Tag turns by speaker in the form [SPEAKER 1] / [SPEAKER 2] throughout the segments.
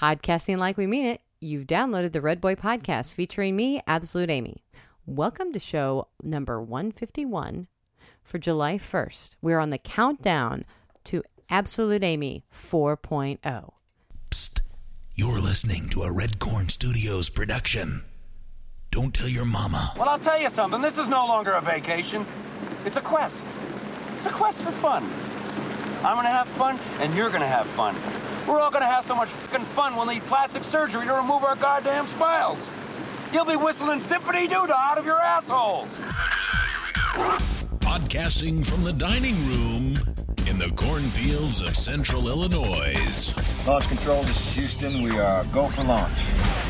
[SPEAKER 1] Podcasting like we mean it, you've downloaded the Red Boy podcast featuring me, Absolute Amy. Welcome to show number 151 for July 1st. We're on the countdown to Absolute Amy oh. 4.0.
[SPEAKER 2] Psst. You're listening to a Red Corn Studios production. Don't tell your mama.
[SPEAKER 3] Well, I'll tell you something. This is no longer a vacation. It's a quest. It's a quest for fun. I'm gonna have fun, and you're gonna have fun. We're all gonna have so much fucking fun. We'll need plastic surgery to remove our goddamn smiles. You'll be whistling symphony doodah out of your assholes.
[SPEAKER 2] Podcasting from the dining room in the cornfields of central Illinois.
[SPEAKER 4] Launch control, this is Houston. We are go for launch.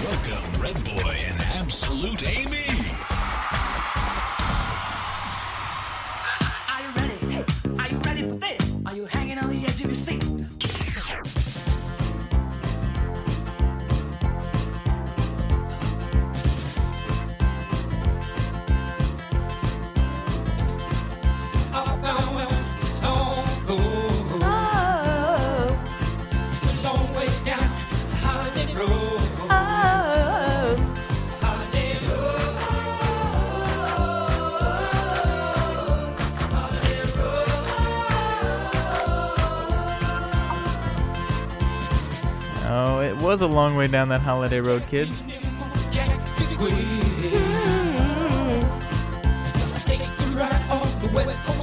[SPEAKER 2] Welcome, Red Boy and Absolute Amy.
[SPEAKER 5] Are you ready? Hey, are you ready for this? Are you hanging on the edge of your seat? Oh.
[SPEAKER 6] Oh, it was a long way down that holiday road, kids.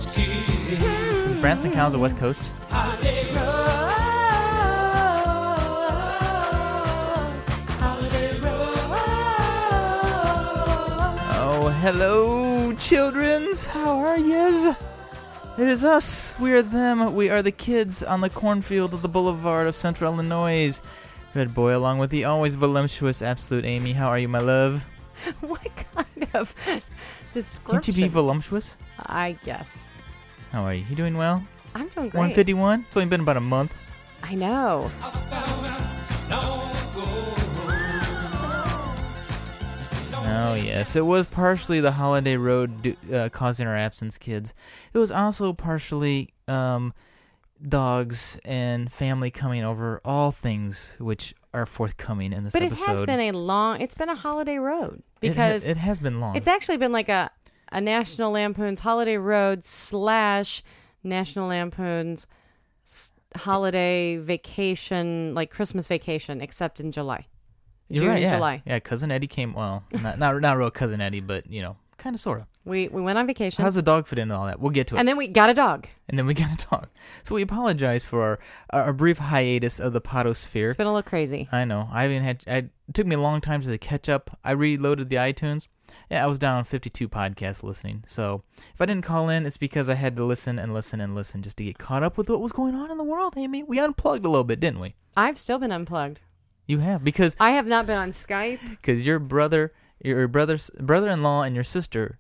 [SPEAKER 6] Is Branson Cows the West Coast? Oh, hello, childrens. How are yez? It is us. We are them. We are the kids on the cornfield of the boulevard of central Illinois. Red Boy, along with the always voluptuous Absolute Amy. How are you, my love?
[SPEAKER 1] What kind of description?
[SPEAKER 6] Can't you be voluptuous?
[SPEAKER 1] I guess.
[SPEAKER 6] How are you? You doing well?
[SPEAKER 1] I'm doing great.
[SPEAKER 6] 151? It's only been about a month.
[SPEAKER 1] I know.
[SPEAKER 6] Oh, yes. It was partially the holiday road do, uh, causing our absence, kids. It was also partially um, dogs and family coming over, all things which are forthcoming in this
[SPEAKER 1] But it
[SPEAKER 6] episode.
[SPEAKER 1] has been a long, it's been a holiday road
[SPEAKER 6] It ha-
[SPEAKER 1] because
[SPEAKER 6] it, has been long.
[SPEAKER 1] It's actually been like a, a National Lampoon's Holiday Road slash National Lampoon's s- holiday vacation, like Christmas vacation, except in July.
[SPEAKER 6] You're
[SPEAKER 1] June
[SPEAKER 6] right,
[SPEAKER 1] and
[SPEAKER 6] yeah.
[SPEAKER 1] July.
[SPEAKER 6] Yeah, cousin Eddie came. Well, not not, not real cousin Eddie, but you know, kind of sorta.
[SPEAKER 1] We we went on vacation,
[SPEAKER 6] How's the dog fit into all that? We'll get to it.
[SPEAKER 1] and then we got a dog.
[SPEAKER 6] and then we gotta talk. So we apologize for our our brief hiatus of the potosphere.
[SPEAKER 1] It's been a little crazy.
[SPEAKER 6] I know. I even had. I, it took me a long time to catch up. I reloaded the iTunes. Yeah, I was down 52 podcasts listening. So if I didn't call in, it's because I had to listen and listen and listen just to get caught up with what was going on in the world. Amy, we unplugged a little bit, didn't we?
[SPEAKER 1] I've still been unplugged.
[SPEAKER 6] You have because
[SPEAKER 1] I have not been on Skype.
[SPEAKER 6] because your brother, your brother, brother-in-law, and your sister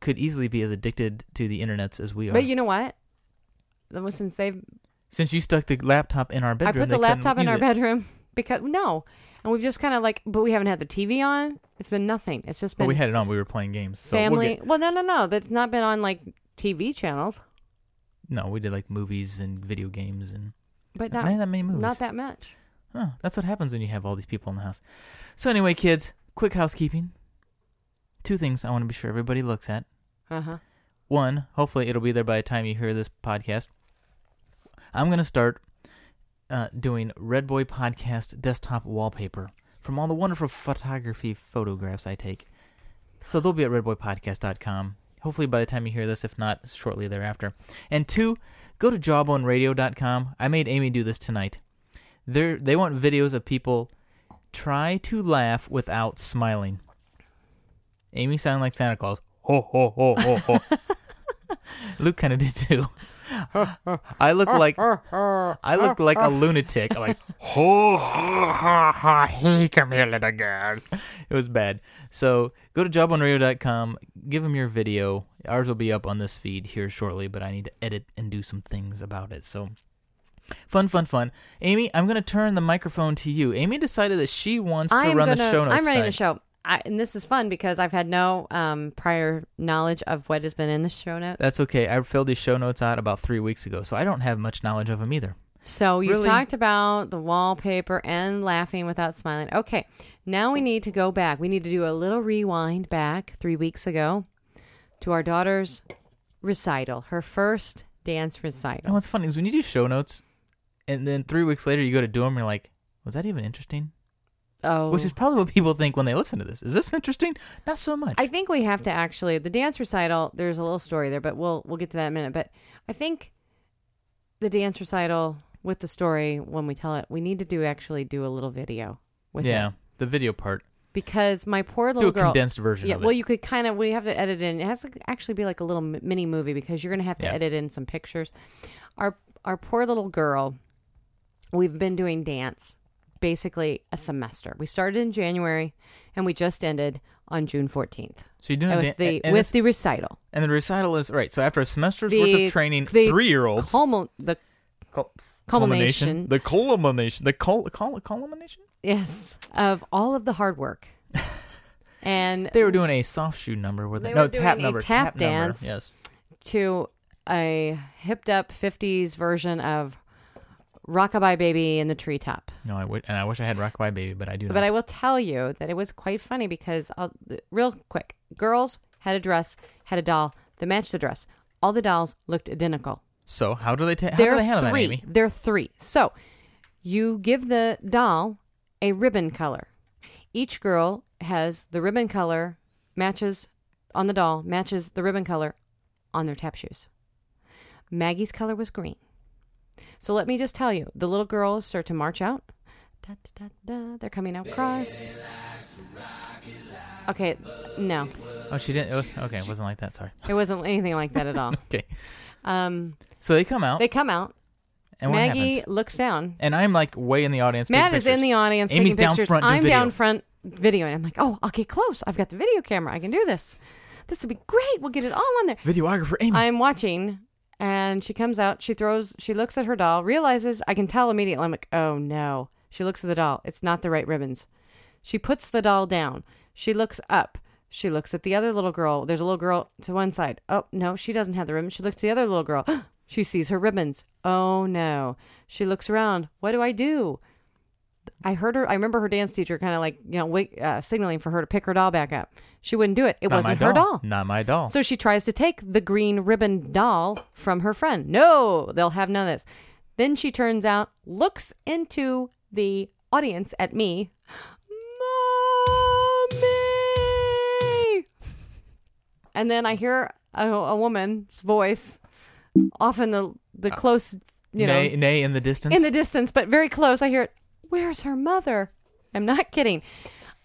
[SPEAKER 6] could easily be as addicted to the internets as we are.
[SPEAKER 1] But you know what? Well, Since they've,
[SPEAKER 6] Since you stuck the laptop in our
[SPEAKER 1] I
[SPEAKER 6] bedroom,
[SPEAKER 1] put the
[SPEAKER 6] they couldn't
[SPEAKER 1] laptop in
[SPEAKER 6] use
[SPEAKER 1] our
[SPEAKER 6] it.
[SPEAKER 1] bedroom because no, and we've just kind of like, but we haven't had the TV on. It's been nothing. It's just
[SPEAKER 6] But
[SPEAKER 1] been
[SPEAKER 6] we had it on. We were playing games. So we'll
[SPEAKER 1] family.
[SPEAKER 6] get-
[SPEAKER 1] Well, no, no, no. But it's not been on like TV channels,
[SPEAKER 6] no, we did like movies and video games and.
[SPEAKER 1] but
[SPEAKER 6] Not
[SPEAKER 1] not,
[SPEAKER 6] that many movies.
[SPEAKER 1] Not that much.
[SPEAKER 6] Huh, that's what happens when you have all these people in the house. So anyway, kids, quick housekeeping. Two things I want to be sure everybody looks at.
[SPEAKER 1] Uh huh.
[SPEAKER 6] One, hopefully it'll be there by the time you hear this podcast. I'm gonna start uh, doing Red Boy Podcast desktop wallpaper from all the wonderful photography photographs I take. So they'll be at redboypodcast.com. Hopefully by the time you hear this, if not, shortly thereafter. And two, go to jawboneradio.com. I made Amy do this tonight. They they want videos of people try to laugh without smiling. Amy sounded like Santa Claus. Ho ho ho ho ho. Luke kind of did too. I look like I look like a lunatic. I'm like, ho, ho, ho, ho, hey, come here, little girl. It was bad. So go to jobonradio.com, give them your video. Ours will be up on this feed here shortly, but I need to edit and do some things about it. So fun, fun, fun. Amy, I'm going to turn the microphone to you. Amy decided that she wants to
[SPEAKER 1] I'm
[SPEAKER 6] run
[SPEAKER 1] gonna,
[SPEAKER 6] the show notes.
[SPEAKER 1] I'm running the
[SPEAKER 6] tonight.
[SPEAKER 1] show. I, and this is fun because I've had no um, prior knowledge of what has been in the show notes.
[SPEAKER 6] That's okay. I filled these show notes out about three weeks ago, so I don't have much knowledge of them either.
[SPEAKER 1] So you've
[SPEAKER 6] Really?
[SPEAKER 1] talked about the wallpaper and laughing without smiling. Okay, now we need to go back. We need to do a little rewind back three weeks ago to our daughter's recital, her first dance
[SPEAKER 6] And
[SPEAKER 1] recital.
[SPEAKER 6] what's funny is when you do show notes, and then three weeks later you go to do them, you're like, was that even interesting?
[SPEAKER 1] Oh,
[SPEAKER 6] Which is probably what people think when they listen to this. Is this interesting? Not so much.
[SPEAKER 1] I think we have to actually the dance recital. There's a little story there, but we'll we'll get to that in a minute. But I think the dance recital with the story when we tell it, we need to do actually do a little video with
[SPEAKER 6] yeah,
[SPEAKER 1] it
[SPEAKER 6] the video part.
[SPEAKER 1] because my poor
[SPEAKER 6] Do
[SPEAKER 1] little
[SPEAKER 6] a
[SPEAKER 1] girl.
[SPEAKER 6] condensed version
[SPEAKER 1] yeah,
[SPEAKER 6] of it.
[SPEAKER 1] well, you could kind of we have to edit in. It has to actually be like a little mi- mini movie because you're gonna have to
[SPEAKER 6] Yeah.
[SPEAKER 1] edit in some pictures. Our our poor little girl. We've been doing dance basically a semester. We started in January and we just ended on June 14th
[SPEAKER 6] so you're doing a
[SPEAKER 1] with
[SPEAKER 6] dan-
[SPEAKER 1] the
[SPEAKER 6] and
[SPEAKER 1] with
[SPEAKER 6] this-
[SPEAKER 1] the recital.
[SPEAKER 6] and the recital is right. So after a semester's
[SPEAKER 1] The
[SPEAKER 6] worth of training,
[SPEAKER 1] the
[SPEAKER 6] three-year-olds
[SPEAKER 1] Culmin- the
[SPEAKER 6] cul-
[SPEAKER 1] culmination.
[SPEAKER 6] the culmination, the cul- cul- culmination.
[SPEAKER 1] yes of all of the hard work, and
[SPEAKER 6] They were doing a soft shoe number with
[SPEAKER 1] They
[SPEAKER 6] it. No
[SPEAKER 1] were doing
[SPEAKER 6] tap
[SPEAKER 1] a
[SPEAKER 6] number,
[SPEAKER 1] tap
[SPEAKER 6] number.
[SPEAKER 1] dance.
[SPEAKER 6] Yes,
[SPEAKER 1] to a hipped up '50s version of "Rockabye Baby in the Treetop."
[SPEAKER 6] no, I would, and I wish I had Rockabye Baby, but I do.
[SPEAKER 1] But
[SPEAKER 6] not.
[SPEAKER 1] I will tell you that it was quite funny because, I'll, th- real quick, girls had a dress, had a doll that matched the dress. All the dolls looked identical.
[SPEAKER 6] so how do they ta- how
[SPEAKER 1] They're
[SPEAKER 6] do they handle
[SPEAKER 1] three.
[SPEAKER 6] that, Amy?
[SPEAKER 1] They're three. So you give the doll a ribbon color. Each girl has the ribbon color matches on the doll, matches the ribbon color on their tap shoes. Maggie's color was green. So let me just tell you the little girls start to march out. Da, da, da, da. They're coming out cross. Okay, no,
[SPEAKER 6] Oh, she didn't. oh, Okay, it wasn't like that. Sorry.
[SPEAKER 1] it wasn't anything like that at all.
[SPEAKER 6] Okay,
[SPEAKER 1] Um,
[SPEAKER 6] so they come out,
[SPEAKER 1] they come out.
[SPEAKER 6] and what
[SPEAKER 1] Maggie
[SPEAKER 6] happens?
[SPEAKER 1] looks down.
[SPEAKER 6] And I'm like way in the audience.
[SPEAKER 1] Matt
[SPEAKER 6] taking
[SPEAKER 1] is in
[SPEAKER 6] pictures.
[SPEAKER 1] the audience taking
[SPEAKER 6] Amy's down
[SPEAKER 1] pictures.
[SPEAKER 6] front. doing
[SPEAKER 1] I'm down
[SPEAKER 6] video.
[SPEAKER 1] front videoing. I'm like, oh, I'll get close. I've got the video camera. I can do this. This will be great. We'll get it all on there.
[SPEAKER 6] Videographer Amy.
[SPEAKER 1] I'm watching, and she comes out. She throws. She looks at her doll. Realizes I can tell immediately. I'm like, oh no. She looks at the doll. It's not the right ribbons. She puts the doll down. She looks up. She looks at the other little girl. There's a little girl to one side. Oh no, she doesn't have the ribbon. She looks at the other little girl. she sees her ribbons. Oh no. She looks around. What do I do? I heard her. I remember her dance teacher kind of like you know wait, uh, signaling for her to pick her doll back up. She wouldn't do it. It
[SPEAKER 6] Not my
[SPEAKER 1] wasn't her doll.
[SPEAKER 6] Not my doll.
[SPEAKER 1] So she tries to take the green ribbon doll from her friend. No, they'll have none of this. Then she turns out, looks into the audience at me. Mommy! And then I hear a, a woman's voice off in the, the close, you know,
[SPEAKER 6] nay, nay, in the distance.
[SPEAKER 1] in the distance, but very close. I hear it. Where's her mother? I'm not kidding.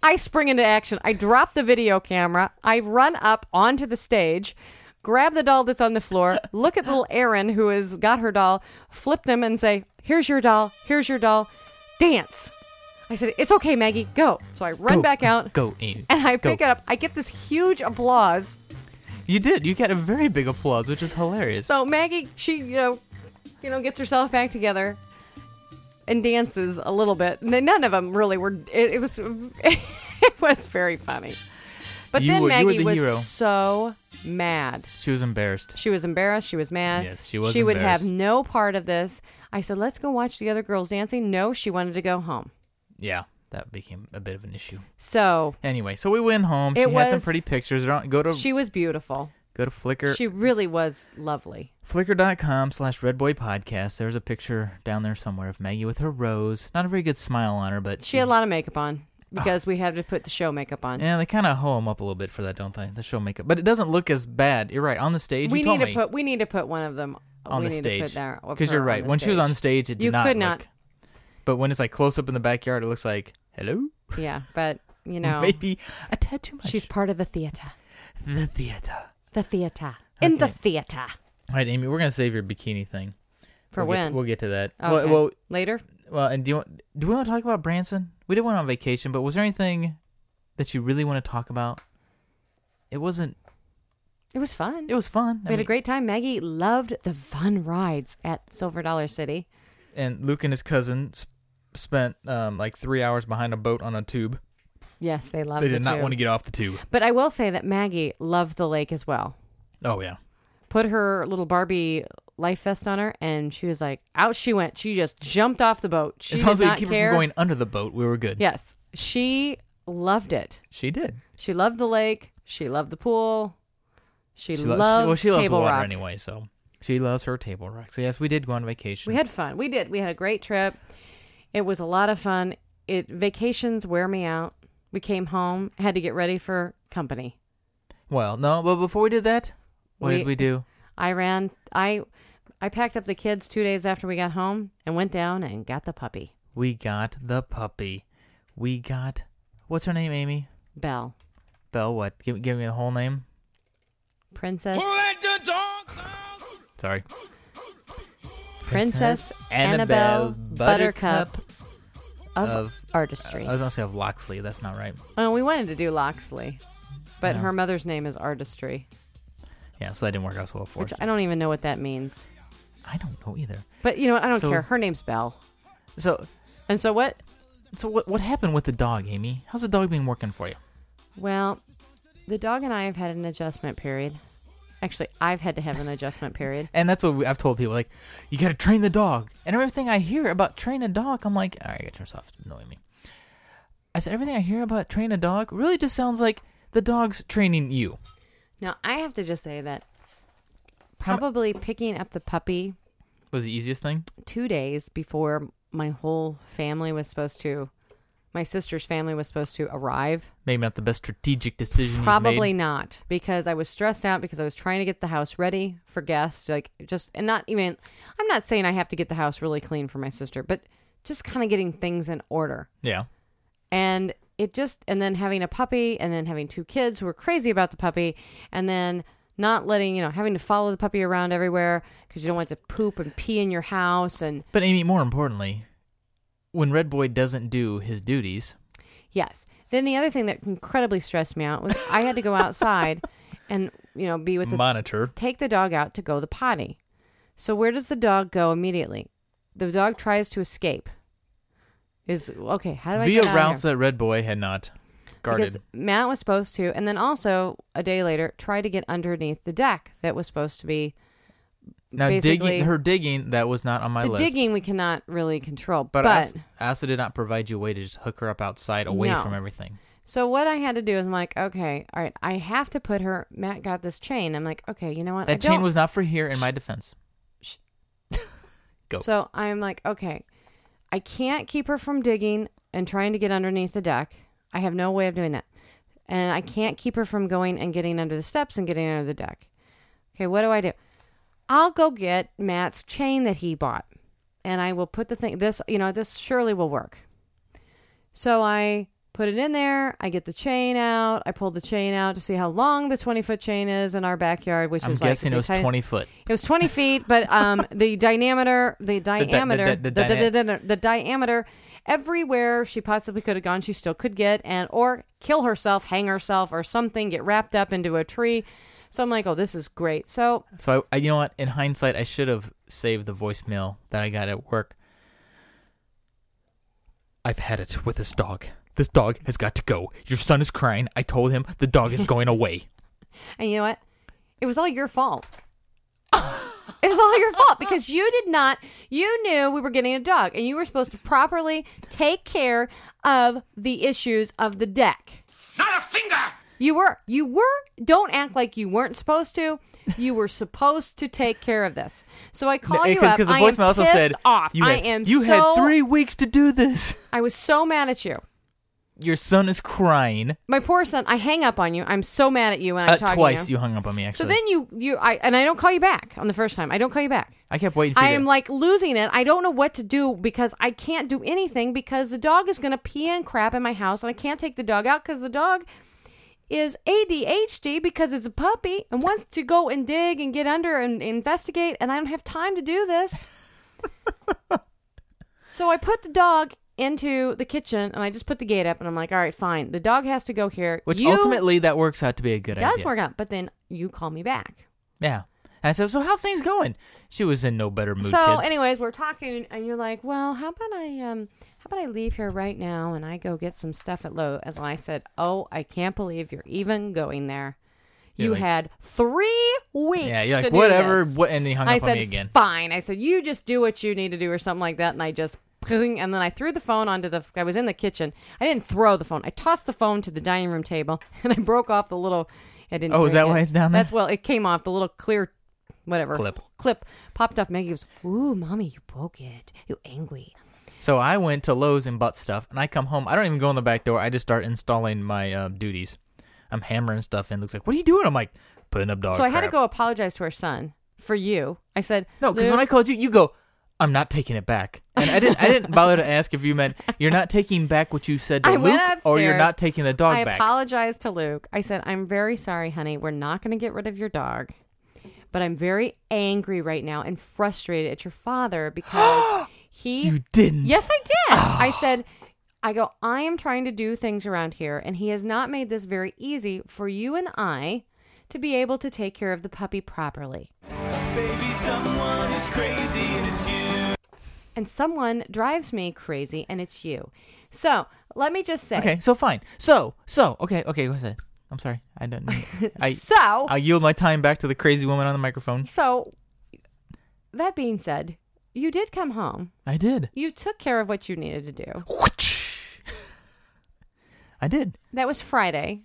[SPEAKER 1] I spring into action. I drop the video camera. I run up onto the stage, grab the doll that's on the floor, look at little Erin who has got her doll, flip them and say, Here's your doll. Here's your doll. Dance. I said, It's okay, Maggie. Go. So I run
[SPEAKER 6] Go,
[SPEAKER 1] back out.
[SPEAKER 6] Go, Amy.
[SPEAKER 1] And I
[SPEAKER 6] Go.
[SPEAKER 1] pick it up. I get this huge applause.
[SPEAKER 6] You did. You got a very big applause, which is hilarious.
[SPEAKER 1] So Maggie, she you know, you know, gets herself back together and dances a little bit. And then none of them really were. It, it was it was very funny. But
[SPEAKER 6] You
[SPEAKER 1] then
[SPEAKER 6] were- you were
[SPEAKER 1] Maggie
[SPEAKER 6] the
[SPEAKER 1] was
[SPEAKER 6] hero.
[SPEAKER 1] so mad.
[SPEAKER 6] she was embarrassed.
[SPEAKER 1] She was embarrassed. She was mad.
[SPEAKER 6] Yes, she was
[SPEAKER 1] She would have
[SPEAKER 6] embarrassed.
[SPEAKER 1] no part of this. I said, "Let's go watch the other girls dancing." No, she wanted to go home.
[SPEAKER 6] Yeah, that became a bit of an issue.
[SPEAKER 1] So
[SPEAKER 6] Anyway, so we went home. She
[SPEAKER 1] It
[SPEAKER 6] has some
[SPEAKER 1] was-
[SPEAKER 6] pretty pictures. They're on- Go to
[SPEAKER 1] she was beautiful.
[SPEAKER 6] go to Flickr.
[SPEAKER 1] She really was lovely.
[SPEAKER 6] Flickr.com slash Redboy Podcast. There's a picture down there somewhere of Maggie with her rose. Not a very good smile on her, but
[SPEAKER 1] She had a lot of makeup on because we had to put the show makeup on.
[SPEAKER 6] Yeah, they kind of hoe them up a little bit for that, don't they? The show makeup, but it doesn't look as bad. You're right on the stage.
[SPEAKER 1] we
[SPEAKER 6] you
[SPEAKER 1] need
[SPEAKER 6] told
[SPEAKER 1] to
[SPEAKER 6] me,
[SPEAKER 1] put we need to put one of them
[SPEAKER 6] on
[SPEAKER 1] we
[SPEAKER 6] the
[SPEAKER 1] need
[SPEAKER 6] stage
[SPEAKER 1] to put there of
[SPEAKER 6] because
[SPEAKER 1] her
[SPEAKER 6] you're right.
[SPEAKER 1] the
[SPEAKER 6] When she was on stage, it did
[SPEAKER 1] you
[SPEAKER 6] not
[SPEAKER 1] could
[SPEAKER 6] look.
[SPEAKER 1] not.
[SPEAKER 6] But when it's like close up in the backyard, it looks like hello.
[SPEAKER 1] Yeah, but you know,
[SPEAKER 6] Maybe a tad too much.
[SPEAKER 1] she's part of the theater.
[SPEAKER 6] the theater.
[SPEAKER 1] The theater in the theater
[SPEAKER 6] All right, Amy, we're gonna save your bikini thing
[SPEAKER 1] for
[SPEAKER 6] we'll Get
[SPEAKER 1] when?
[SPEAKER 6] to, we'll get to that.
[SPEAKER 1] Okay.
[SPEAKER 6] Well, well,
[SPEAKER 1] later.
[SPEAKER 6] well, and do you want, do we want to talk about Branson? We did one on vacation, but was there anything that you really want to talk about? It wasn't.
[SPEAKER 1] It was fun.
[SPEAKER 6] It was fun.
[SPEAKER 1] we had a great time. Maggie loved the fun rides at Silver Dollar City.
[SPEAKER 6] and Luke and his cousin s- spent um, like three hours behind a boat on a tube.
[SPEAKER 1] Yes, they loved.
[SPEAKER 6] They did
[SPEAKER 1] the
[SPEAKER 6] not
[SPEAKER 1] two.
[SPEAKER 6] want to get off the tube.
[SPEAKER 1] But I will say that Maggie loved the lake as well.
[SPEAKER 6] Oh yeah,
[SPEAKER 1] Put her little Barbie life vest on her, and she was like, out she went. She just jumped off the boat. She
[SPEAKER 6] as long as
[SPEAKER 1] did
[SPEAKER 6] we
[SPEAKER 1] not
[SPEAKER 6] keep
[SPEAKER 1] care.
[SPEAKER 6] her from going under the boat, we were good.
[SPEAKER 1] Yes, she loved it.
[SPEAKER 6] She did.
[SPEAKER 1] She loved the lake. She loved the pool. She,
[SPEAKER 6] She
[SPEAKER 1] loves
[SPEAKER 6] loves, well, she loves
[SPEAKER 1] Table
[SPEAKER 6] the water
[SPEAKER 1] Rock.
[SPEAKER 6] anyway, so she loves her table rock. So yes, we did go on vacation.
[SPEAKER 1] We had fun. We did. We had a great trip. It was a lot of fun. It vacations wear me out. We came home, had to get ready for company.
[SPEAKER 6] well, no, but before we did that, what
[SPEAKER 1] We-
[SPEAKER 6] did we do?
[SPEAKER 1] I ran. I I packed up the kids two days after we got home and went down and got the puppy
[SPEAKER 6] We got the puppy. We got what's her name, Amy?
[SPEAKER 1] Belle,
[SPEAKER 6] Belle. What? Give, give me the whole name.
[SPEAKER 1] Princess
[SPEAKER 6] Sorry.
[SPEAKER 1] Princess Annabelle Buttercup of,
[SPEAKER 6] of-
[SPEAKER 1] Artistry.
[SPEAKER 6] I was gonna say of Loxley. That's not right.
[SPEAKER 1] oh, we wanted to do Loxley, but her mother's name is Artistry,
[SPEAKER 6] Yeah, so that didn't work out so well for
[SPEAKER 1] which
[SPEAKER 6] us.
[SPEAKER 1] I don't even know what that means.
[SPEAKER 6] I don't know either.
[SPEAKER 1] But you know what? I don't
[SPEAKER 6] So-
[SPEAKER 1] care. Her name's Belle.
[SPEAKER 6] So,
[SPEAKER 1] And so what?
[SPEAKER 6] so what what happened with the dog, Amy? How's the dog been working for you?
[SPEAKER 1] Well, the dog and I have had an adjustment period. Actually, I've had to have an adjustment period.
[SPEAKER 6] And that's what we, I've told people. Like, you got to train the dog. And everything I hear about train a dog, I'm like, all right, I got to turn this off. It's annoying me. I said, everything I hear about train a dog really just sounds like the dog's training you.
[SPEAKER 1] Now, I have to just say that probably picking up the puppy
[SPEAKER 6] Was the easiest thing.
[SPEAKER 1] two days before my whole family was supposed to, my sister's family was supposed to arrive.
[SPEAKER 6] Maybe not the best strategic decision. you've
[SPEAKER 1] Probably
[SPEAKER 6] made.
[SPEAKER 1] not because I was stressed out because I was trying to get the house ready for guests. Like, just, and not even, I'm not saying I have to get the house really clean for my sister, but just kind of getting things in order.
[SPEAKER 6] Yeah.
[SPEAKER 1] and it just and then having a puppy and then having two kids who were crazy about the puppy and then not letting you know having to follow the puppy around everywhere because you don't want it to poop and pee in your house and
[SPEAKER 6] But Amy, more importantly, when Red Boy doesn't do his duties,
[SPEAKER 1] yes then the other thing that incredibly stressed me out was i had to go outside and you know be with the
[SPEAKER 6] monitor.
[SPEAKER 1] take the dog out to go the potty. So where does the dog go immediately? The dog tries to escape. Is okay. How do I
[SPEAKER 6] Via
[SPEAKER 1] get out of
[SPEAKER 6] routes
[SPEAKER 1] here?
[SPEAKER 6] that Red Boy had not guarded.
[SPEAKER 1] Because Matt was supposed to, and then also a day later, try to get underneath the deck that was supposed to be
[SPEAKER 6] now
[SPEAKER 1] basically-
[SPEAKER 6] digging her digging that was not on my
[SPEAKER 1] the
[SPEAKER 6] list.
[SPEAKER 1] digging. We cannot really control, but,
[SPEAKER 6] But, I als- I also did not provide you a way to just hook her up outside, away
[SPEAKER 1] No.
[SPEAKER 6] from everything.
[SPEAKER 1] so what I had to do is I'm like, okay, all right, I have to put her. Matt got this chain. I'm like, okay, you know what? I
[SPEAKER 6] That chain
[SPEAKER 1] don't-
[SPEAKER 6] was not for here. In my defense, go.
[SPEAKER 1] So I'm like, okay, I can't keep her from digging and trying to get underneath the deck. I have no way of doing that. And I can't keep her from going and getting under the steps and getting under the deck. Okay, what do I do? I'll go get Matt's chain that he bought and I will put the thing, this, you know, this surely will work. So I put it in there. I get the chain out. I pull the chain out to see how long the 20 foot chain is in our backyard, which
[SPEAKER 6] I'm
[SPEAKER 1] is
[SPEAKER 6] guessing
[SPEAKER 1] like
[SPEAKER 6] it was
[SPEAKER 1] the tiny-
[SPEAKER 6] 20 foot.
[SPEAKER 1] it was 20 feet, but um, the diameter, the diameter,
[SPEAKER 6] the- the
[SPEAKER 1] the, the,
[SPEAKER 6] dyna-
[SPEAKER 1] the- the- the diameter, everywhere she possibly could have gone, she still could get and or kill herself, hang herself, or something, get wrapped up into a tree. So I'm like, oh, this is great. So
[SPEAKER 6] So I, I, you know what? In hindsight, I should have saved the voicemail that I got at work. I've had it with this dog. This dog has got to go. Your son is crying. I told him the dog is going away.
[SPEAKER 1] And you know what? It was all your fault. it was all your fault because you did not, you knew we were getting a dog and you were supposed to properly take care of the issues of the deck.
[SPEAKER 5] Not a finger!
[SPEAKER 1] You were, you were, don't act like you weren't supposed to. You were supposed to take care of this. So I call you up.
[SPEAKER 6] Because the
[SPEAKER 1] I
[SPEAKER 6] voicemail
[SPEAKER 1] am
[SPEAKER 6] also
[SPEAKER 1] pissed
[SPEAKER 6] said,
[SPEAKER 1] off.
[SPEAKER 6] "You
[SPEAKER 1] I
[SPEAKER 6] had,
[SPEAKER 1] am
[SPEAKER 6] you
[SPEAKER 1] so,
[SPEAKER 6] had three weeks to do this.
[SPEAKER 1] I was so mad at you.
[SPEAKER 6] Your son is crying."
[SPEAKER 1] My poor son, I hang up on you. I'm so mad at you when I'm
[SPEAKER 6] Uh,
[SPEAKER 1] talking
[SPEAKER 6] twice
[SPEAKER 1] to
[SPEAKER 6] you hung up on me.
[SPEAKER 1] So
[SPEAKER 6] Actually,
[SPEAKER 1] then you, you, I, and I don't call you back on the first time. I don't call you back.
[SPEAKER 6] I kept waiting. for
[SPEAKER 1] I
[SPEAKER 6] you
[SPEAKER 1] am
[SPEAKER 6] to-
[SPEAKER 1] like losing it. I don't know what to do because I can't do anything because the dog is going to pee and crap in my house and I can't take the dog out because the dog is ADHD because it's a puppy and wants to go and dig and get under and investigate and I don't have time to do this. so I put the dog into the kitchen and I just put the gate up and I'm like, all right, fine. The dog has to go here.
[SPEAKER 6] which
[SPEAKER 1] You-
[SPEAKER 6] ultimately that works out to be a good idea.
[SPEAKER 1] does work out, but then you call me back.
[SPEAKER 6] Yeah. And I said, so how things going? She was in no better mood.
[SPEAKER 1] so
[SPEAKER 6] kids.
[SPEAKER 1] anyways we're talking and you're like well how about i um how about i leave here right now and i go get some stuff at lowe's and i said oh i can't believe you're even going there you
[SPEAKER 6] like-
[SPEAKER 1] had three weeks.
[SPEAKER 6] Yeah, you're
[SPEAKER 1] to
[SPEAKER 6] like
[SPEAKER 1] do
[SPEAKER 6] whatever.
[SPEAKER 1] this."
[SPEAKER 6] What, and he hung
[SPEAKER 1] I
[SPEAKER 6] up
[SPEAKER 1] said,
[SPEAKER 6] on me again.
[SPEAKER 1] Fine. I said, you just do what you need to do or something like that. And I just, and then I threw the phone onto the, I was in the kitchen. I didn't throw the phone. I tossed the phone to the dining room table and I broke off the little, I didn't.
[SPEAKER 6] Oh, is
[SPEAKER 1] break
[SPEAKER 6] that
[SPEAKER 1] it.
[SPEAKER 6] why it's down there?
[SPEAKER 1] That's, well, it came off the little clear, whatever.
[SPEAKER 6] Clip.
[SPEAKER 1] Clip popped off. Maggie goes, ooh, mommy, you broke it. You angry.
[SPEAKER 6] So I went to Lowe's and bought stuff, and I come home. I don't even go in the back door. I just start installing my uh, duties. I'm hammering stuff in. Looks like, what are you doing? I'm like, putting up dog.
[SPEAKER 1] so I had to
[SPEAKER 6] Oh, crap."
[SPEAKER 1] go apologize to her son for you. I said,
[SPEAKER 6] No, because
[SPEAKER 1] "Luke,
[SPEAKER 6] when I called you, you go, I'm not taking it back. And I didn't. I didn't bother to ask if you meant you're not taking back what you said to
[SPEAKER 1] I
[SPEAKER 6] Luke,
[SPEAKER 1] went
[SPEAKER 6] or you're
[SPEAKER 1] upstairs.
[SPEAKER 6] not taking the dog
[SPEAKER 1] I
[SPEAKER 6] back.
[SPEAKER 1] apologized to Luke. I said, I'm very sorry, honey. We're not going to get rid of your dog. But I'm very angry right now and frustrated at your father because he.
[SPEAKER 6] you didn't.
[SPEAKER 1] Yes, I did. I said, I go, I am trying to do things around here, and he has not made this very easy for you and I to be able to take care of the puppy properly. Baby, someone is crazy, and it's you. And someone drives me crazy, and it's you. So let me just say.
[SPEAKER 6] Okay. So fine. So so okay okay. What's that? I'm sorry. I don't. I
[SPEAKER 1] So
[SPEAKER 6] I yield my time back to the crazy woman on the microphone.
[SPEAKER 1] So, that being said, you did come home.
[SPEAKER 6] I did.
[SPEAKER 1] You took care of what you needed to do.
[SPEAKER 6] I did.
[SPEAKER 1] That was Friday.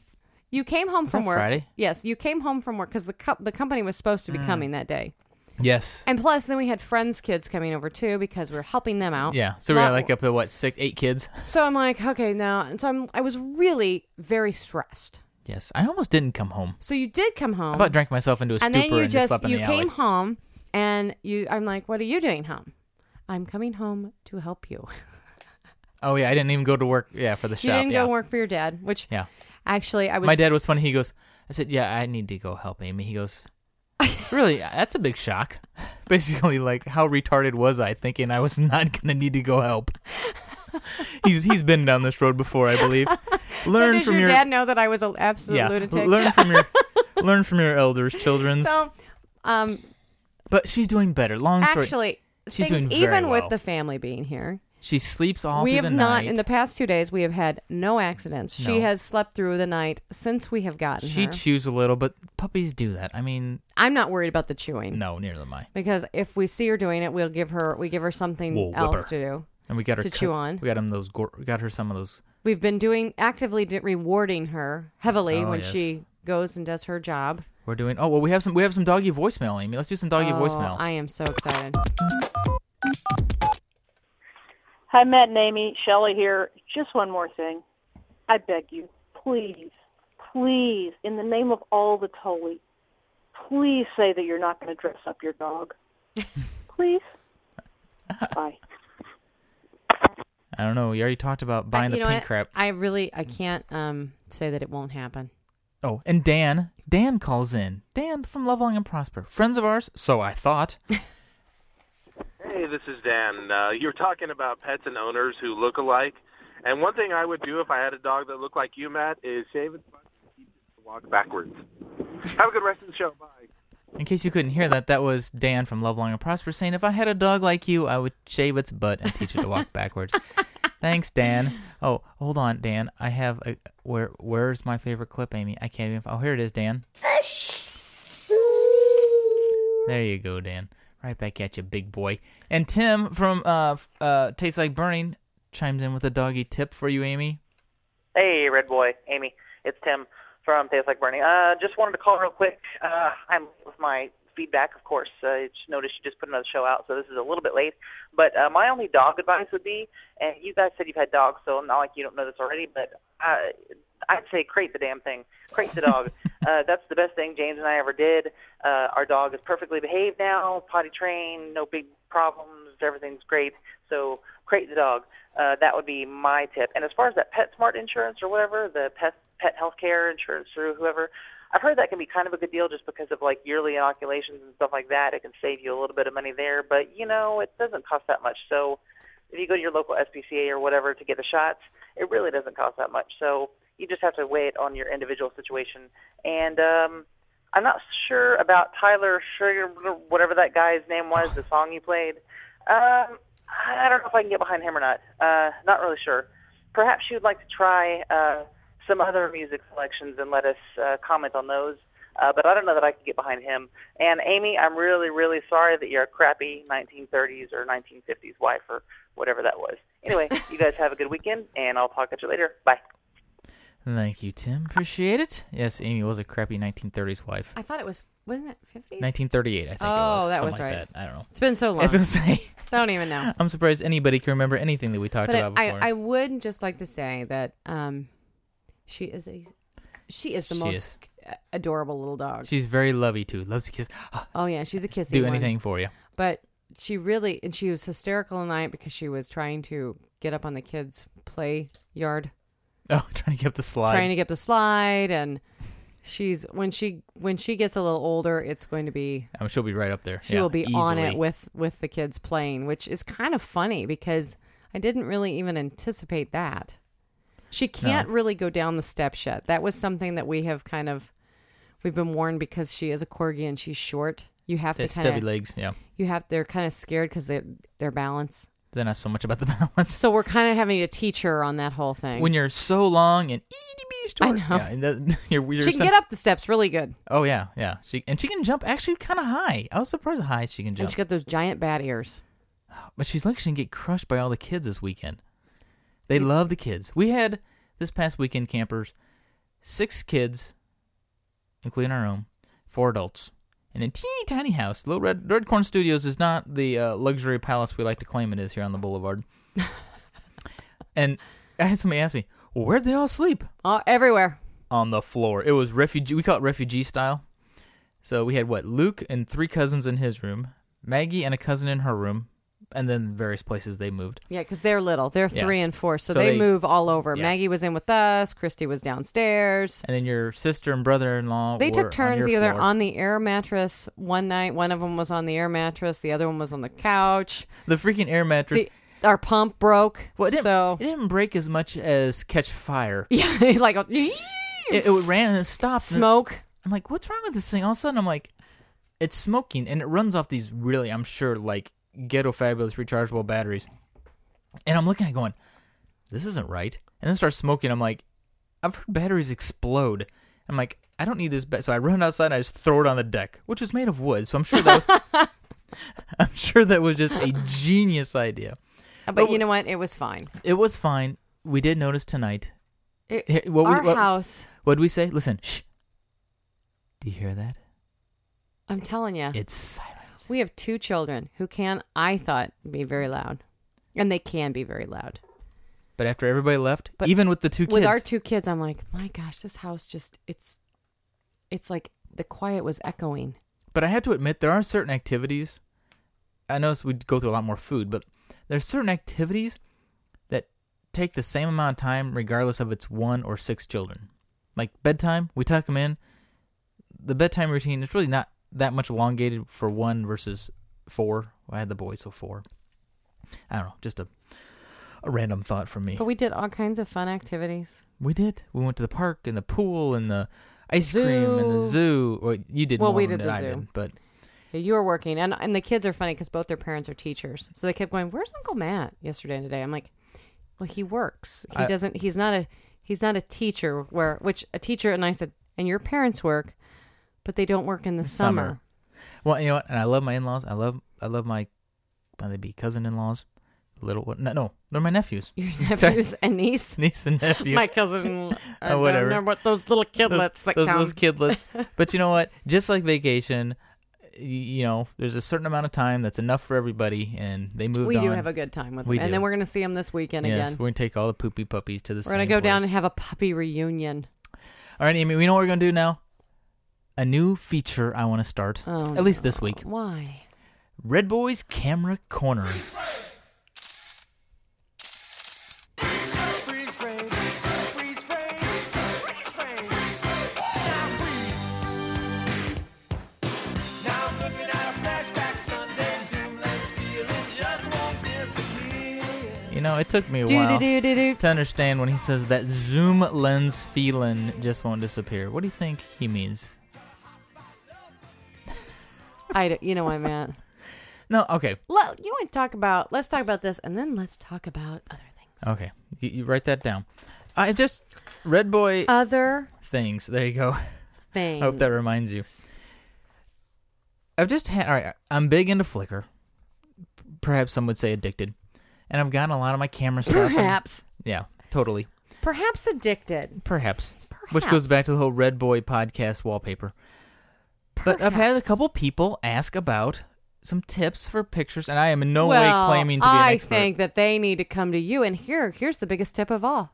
[SPEAKER 1] You came home from
[SPEAKER 6] that
[SPEAKER 1] work.
[SPEAKER 6] Friday? Mm.
[SPEAKER 1] Yes, you came home from work because the co- the company was supposed to be coming that day,
[SPEAKER 6] Yes.
[SPEAKER 1] and plus then we had friends' kids coming over too because we were helping them out.
[SPEAKER 6] Yeah. So we
[SPEAKER 1] Lot-
[SPEAKER 6] got like up to what six, eight kids.
[SPEAKER 1] So I'm like, okay, no. And so I'm, I was really very stressed.
[SPEAKER 6] Yes. I almost didn't come home.
[SPEAKER 1] So you did come home.
[SPEAKER 6] I about drank myself into a
[SPEAKER 1] and
[SPEAKER 6] stupor
[SPEAKER 1] then you
[SPEAKER 6] Um, and
[SPEAKER 1] just
[SPEAKER 6] slept in
[SPEAKER 1] you
[SPEAKER 6] the
[SPEAKER 1] came
[SPEAKER 6] alley.
[SPEAKER 1] home and you i'm like what are you doing home i'm coming home to help you
[SPEAKER 6] Oh yeah, I didn't even go to work. Yeah, for the shop.
[SPEAKER 1] you didn't
[SPEAKER 6] yeah.
[SPEAKER 1] go work for your dad which
[SPEAKER 6] Yeah.
[SPEAKER 1] actually i was
[SPEAKER 6] My dad was funny. He goes, I said, yeah, I need to go help Amy. He goes, really? That's a big shock. Basically, like how retarded was I thinking I was not gonna need to go help? he's he's been down this road before, I believe.
[SPEAKER 1] so
[SPEAKER 6] Learn
[SPEAKER 1] did
[SPEAKER 6] from
[SPEAKER 1] your,
[SPEAKER 6] your,
[SPEAKER 1] dad know that i was an absolute
[SPEAKER 6] yeah.
[SPEAKER 1] lunatic
[SPEAKER 6] Learn from your learn from your elders, children.
[SPEAKER 1] so um
[SPEAKER 6] but she's doing better. Long story.
[SPEAKER 1] actually
[SPEAKER 6] She's
[SPEAKER 1] things
[SPEAKER 6] doing very
[SPEAKER 1] even with
[SPEAKER 6] well.
[SPEAKER 1] the family being here
[SPEAKER 6] she sleeps all
[SPEAKER 1] we
[SPEAKER 6] through
[SPEAKER 1] have
[SPEAKER 6] the
[SPEAKER 1] not
[SPEAKER 6] night.
[SPEAKER 1] in the past two days we have had no accidents she
[SPEAKER 6] No.
[SPEAKER 1] has slept through the night since we have gotten
[SPEAKER 6] she
[SPEAKER 1] her
[SPEAKER 6] chews a little, but puppies do that. I mean,
[SPEAKER 1] i'm not worried about the chewing
[SPEAKER 6] no, near the eye.
[SPEAKER 1] because if we see her doing it we'll give her we give her something
[SPEAKER 6] We'll whip
[SPEAKER 1] else
[SPEAKER 6] her.
[SPEAKER 1] to do
[SPEAKER 6] And we got her
[SPEAKER 1] To
[SPEAKER 6] cut-
[SPEAKER 1] chew on.
[SPEAKER 6] We got him those. Gor- we got her some of those.
[SPEAKER 1] We've been doing actively d- rewarding her heavily
[SPEAKER 6] Oh,
[SPEAKER 1] when
[SPEAKER 6] yes.
[SPEAKER 1] she goes and does her job.
[SPEAKER 6] We're doing. Oh well, we have some. We have some doggy voicemail, Amy. Let's do some doggy
[SPEAKER 1] Oh,
[SPEAKER 6] voicemail.
[SPEAKER 1] I am so excited.
[SPEAKER 7] Hi, Matt and Amy. Shelley here. Just one more thing. I beg you, please, please, in the name of all that's holy, please say that you're not going to dress up your dog. please. Bye.
[SPEAKER 6] I don't know. You already talked about buying
[SPEAKER 1] you
[SPEAKER 6] the
[SPEAKER 1] know
[SPEAKER 6] pink
[SPEAKER 1] what?
[SPEAKER 6] crap.
[SPEAKER 1] I really I can't um say that it won't happen.
[SPEAKER 6] Oh, and Dan. Dan calls in. Dan from Love Long and Prosper, friends of ours. So I thought.
[SPEAKER 8] Hey, this is Dan. Uh, you were talking about pets and owners who look alike. And one thing I would do if I had a dog that looked like you, Matt, is shave its butt and teach it to walk backwards. Have a good rest of the show. Bye.
[SPEAKER 6] In case you couldn't hear that, that was Dan from Love Long and Prosper saying, "If I had a dog like you, I would shave its butt and teach it to walk backwards." Thanks, Dan. Oh, hold on, Dan. I have a where. Where's my favorite clip, Amy? I can't even. Oh, here it is, Dan. There you go, Dan. Right back at you, big boy. And Tim from uh, f- uh, Tastes Like Burning chimes in with a doggy tip for you, Amy.
[SPEAKER 9] Hey, Red Boy, Amy, it's Tim from Tastes Like Burning. Uh, just wanted to call real quick. Uh, I'm late with my feedback, of course. Uh, I just noticed you just put another show out, so this is a little bit late. But uh, my only dog advice would be, and you guys said you've had dogs, so not like you don't know this already, but uh, I'd say crate the damn thing, crate the dog. uh, that's the best thing James and I ever did. Uh, our dog is perfectly behaved now, potty trained, no big problems, everything's great. So crate the dog. Uh, that would be my tip. And as far as that PetSmart insurance or whatever, the pet pet healthcare insurance through whoever, I've heard that can be kind of a good deal just because of like yearly inoculations and stuff like that. It can save you a little bit of money there, but you know it doesn't cost that much. So if you go to your local SPCA or whatever to get the shots, it really doesn't cost that much. So you just have to weigh it on your individual situation. And um, I'm not sure about Tyler Sugar, whatever that guy's name was, the song you played. Um, I I don't know if I can get behind him or not. Uh, not really sure. Perhaps you'd like to try uh, some other music selections and let us uh, comment on those. Uh, but I don't know that I can get behind him. And Amy, I'm really, really sorry that you're a crappy 1930s or 1950s wife or whatever that was. Anyway, you guys have a good weekend, and I'll talk at you later. Bye.
[SPEAKER 6] Thank you, Tim. Appreciate it. Yes, Amy was a crappy 1930s wife.
[SPEAKER 1] I thought it was wasn't it fifties?
[SPEAKER 6] 1938, I think. it
[SPEAKER 1] Oh,
[SPEAKER 6] was.
[SPEAKER 1] that
[SPEAKER 6] Something
[SPEAKER 1] was
[SPEAKER 6] like
[SPEAKER 1] right.
[SPEAKER 6] That. I don't know.
[SPEAKER 1] It's been so
[SPEAKER 6] I
[SPEAKER 1] long.
[SPEAKER 6] was gonna say.
[SPEAKER 1] I don't even know.
[SPEAKER 6] I'm surprised anybody can remember anything that we talked
[SPEAKER 1] But I,
[SPEAKER 6] about
[SPEAKER 1] I,
[SPEAKER 6] before.
[SPEAKER 1] I would just like to say that um, she is a she is the
[SPEAKER 6] She
[SPEAKER 1] most adorable little dog.
[SPEAKER 6] She's very lovey too. Loves to kiss.
[SPEAKER 1] oh yeah, she's a kissy.
[SPEAKER 6] Do
[SPEAKER 1] one.
[SPEAKER 6] anything for you.
[SPEAKER 1] But she really and she was hysterical tonight because she was trying to get up on the kids' play yard,
[SPEAKER 6] Oh, trying to get up the slide.
[SPEAKER 1] trying to get up the slide, and she's when she when she gets a little older, it's going to be
[SPEAKER 6] Um, she'll be right up there.
[SPEAKER 1] she
[SPEAKER 6] Yeah,
[SPEAKER 1] will be on
[SPEAKER 6] easily.
[SPEAKER 1] it with with the kids playing, which is kind of funny because I didn't really even anticipate that. She can't really go down the steps yet. That was something that we have kind of we've been warned because she is a corgi and she's short. You have
[SPEAKER 6] That
[SPEAKER 1] to kind
[SPEAKER 6] stubby
[SPEAKER 1] of
[SPEAKER 6] legs. Yeah.
[SPEAKER 1] you have they're kind of scared because they their balance.
[SPEAKER 6] They're not so much about the balance.
[SPEAKER 1] So we're kind of having to teach her on that whole thing.
[SPEAKER 6] When you're so long and itty bitty
[SPEAKER 1] I
[SPEAKER 6] short.
[SPEAKER 1] know.
[SPEAKER 6] Yeah, it doesn't- you're, you're
[SPEAKER 1] she can
[SPEAKER 6] sen-
[SPEAKER 1] get up the steps really good,
[SPEAKER 6] Oh yeah, yeah. She and she can jump actually kind of high. I was surprised how high she can
[SPEAKER 1] and
[SPEAKER 6] jump.
[SPEAKER 1] she got those giant bat ears.
[SPEAKER 6] but she's like she can get crushed by all the kids this weekend. They love the kids. We had this past weekend campers, six kids, including our own, four adults, in a teeny tiny house. Little Red Red Corn Studios is not the uh, luxury palace we like to claim it is here on the Boulevard. and I had somebody ask me, "Well, where'd they all sleep?"
[SPEAKER 1] Oh, everywhere.
[SPEAKER 6] on the floor. It was refugee. We call it refugee style. So we had what Luke and three cousins in his room, Maggie and a cousin in her room, and then various places they moved.
[SPEAKER 1] Yeah, because they're little. They're
[SPEAKER 6] Yeah.
[SPEAKER 1] three and four, so,
[SPEAKER 6] So
[SPEAKER 1] they,
[SPEAKER 6] they-
[SPEAKER 1] move all over.
[SPEAKER 6] yeah.
[SPEAKER 1] Maggie was in with us. Christy was downstairs.
[SPEAKER 6] And then your sister and brother-in-law.
[SPEAKER 1] They
[SPEAKER 6] were
[SPEAKER 1] took turns
[SPEAKER 6] on your
[SPEAKER 1] either
[SPEAKER 6] floor.
[SPEAKER 1] on the air mattress one night. One of them was on the air mattress. The other one was on the couch.
[SPEAKER 6] the freaking air mattress.
[SPEAKER 1] The, our pump broke,
[SPEAKER 6] well, it didn't,
[SPEAKER 1] so
[SPEAKER 6] it didn't break as much as catch fire.
[SPEAKER 1] yeah, it like a
[SPEAKER 6] It, it ran and it stopped. and
[SPEAKER 1] smoke.
[SPEAKER 6] I'm like, what's wrong with this thing? All of a sudden, I'm like, it's smoking, and it runs off these really, I'm sure, like ghetto fabulous rechargeable batteries. And I'm looking at it going, this isn't right. And then it starts smoking. I'm like, I've heard batteries explode. I'm like, I don't need this. Ba-. So I run outside and I just throw it on the deck, which is made of wood. So I'm sure that was, I'm sure that was just a genius idea.
[SPEAKER 1] But, you know what? It was fine.
[SPEAKER 6] It was fine. We did notice tonight.
[SPEAKER 1] It,
[SPEAKER 6] Here, what we-
[SPEAKER 1] our
[SPEAKER 6] what-
[SPEAKER 1] house.
[SPEAKER 6] What'd we say? Listen, shh. Do you hear that?
[SPEAKER 1] I'm telling you,
[SPEAKER 6] It's silence.
[SPEAKER 1] we have two children who can, I thought, be very loud, and they can be very loud.
[SPEAKER 6] But after everybody left,
[SPEAKER 1] But
[SPEAKER 6] even with the two kids,
[SPEAKER 1] With our two kids, I'm like, my gosh, this house just it's, it's like the quiet was echoing.
[SPEAKER 6] but I have to admit there are certain activities. I noticed we'd go through a lot more food, but there's certain activities that take the same amount of time, regardless of it's one or six children. Like bedtime, we tuck them in. The bedtime routine is really not that much elongated for one versus four. I had the boys, so four. I don't know, just a a random thought from me.
[SPEAKER 1] But we did all kinds of fun activities.
[SPEAKER 6] We did. We went to the park and the pool and the ice cream and
[SPEAKER 1] Zoo.
[SPEAKER 6] the zoo. Well, you did
[SPEAKER 1] Well,
[SPEAKER 6] more
[SPEAKER 1] we
[SPEAKER 6] than
[SPEAKER 1] did the
[SPEAKER 6] I
[SPEAKER 1] zoo.
[SPEAKER 6] did, but
[SPEAKER 1] Yeah, you were working, and and the kids are funny because both their parents are teachers, so they kept going. Where's Uncle Matt yesterday and today? I'm like, well, he works. He
[SPEAKER 6] I-
[SPEAKER 1] doesn't. He's not a he's not a teacher. Where which a teacher and I said, and your parents work, but they don't work in the summer.
[SPEAKER 6] Summer. well, you know what? And I love my in-laws. I love I love my well, they'd be cousin-in-laws, little one. No, no, they're my nephews,
[SPEAKER 1] Your nephews and niece,
[SPEAKER 6] niece and nephew.
[SPEAKER 1] my cousin, I don't
[SPEAKER 6] Oh, whatever.
[SPEAKER 1] remember what those little kidlets that
[SPEAKER 6] those,
[SPEAKER 1] come.
[SPEAKER 6] those kidlets. but you know what? Just like vacation, y- you know, there's a certain amount of time that's enough for everybody, and they moved
[SPEAKER 1] we
[SPEAKER 6] on.
[SPEAKER 1] do have a good time with them,
[SPEAKER 6] We
[SPEAKER 1] and
[SPEAKER 6] do.
[SPEAKER 1] then we're gonna see them this weekend
[SPEAKER 6] yes,
[SPEAKER 1] again.
[SPEAKER 6] we're gonna take all the poopy puppies to the.
[SPEAKER 1] We're gonna
[SPEAKER 6] same
[SPEAKER 1] go down
[SPEAKER 6] place.
[SPEAKER 1] and have a puppy reunion.
[SPEAKER 6] All right, Amy, we know what we're going to do now. A new feature I want to start,
[SPEAKER 1] Oh,
[SPEAKER 6] at least this week.
[SPEAKER 1] Why?
[SPEAKER 6] Red Boy's Camera Corner.
[SPEAKER 5] Freeze frame, freeze frame, freeze frame. Now freeze. Now I'm looking at a flashback Sunday Zoom lens feeling just won't disappear.
[SPEAKER 6] You know, it took me a
[SPEAKER 1] Do
[SPEAKER 6] while
[SPEAKER 1] do do do do.
[SPEAKER 6] to understand when he says that zoom lens feeling just won't disappear. What do you think he means?
[SPEAKER 1] I d- you know what, Matt.
[SPEAKER 6] No, okay,
[SPEAKER 1] Let, you want to talk about? Let's talk about this, and then let's talk about other things.
[SPEAKER 6] okay. You, you write that down. I just Red Boy
[SPEAKER 1] Other
[SPEAKER 6] things. There you go.
[SPEAKER 1] thing.
[SPEAKER 6] I hope that reminds you. I've just had all right. I'm big into Flickr. Perhaps some would say addicted, and I've gotten a lot of my camera stuff. and-
[SPEAKER 1] Perhaps.
[SPEAKER 6] yeah, totally.
[SPEAKER 1] Perhaps addicted.
[SPEAKER 6] Perhaps. Which goes back to the whole Red Boy podcast wallpaper. But I've had a
[SPEAKER 1] Perhaps.
[SPEAKER 6] couple people ask about some tips for pictures, and I am in no
[SPEAKER 1] well,
[SPEAKER 6] way claiming to be an
[SPEAKER 1] I
[SPEAKER 6] expert.
[SPEAKER 1] think that they need to come to you. And here, here's the biggest tip of all.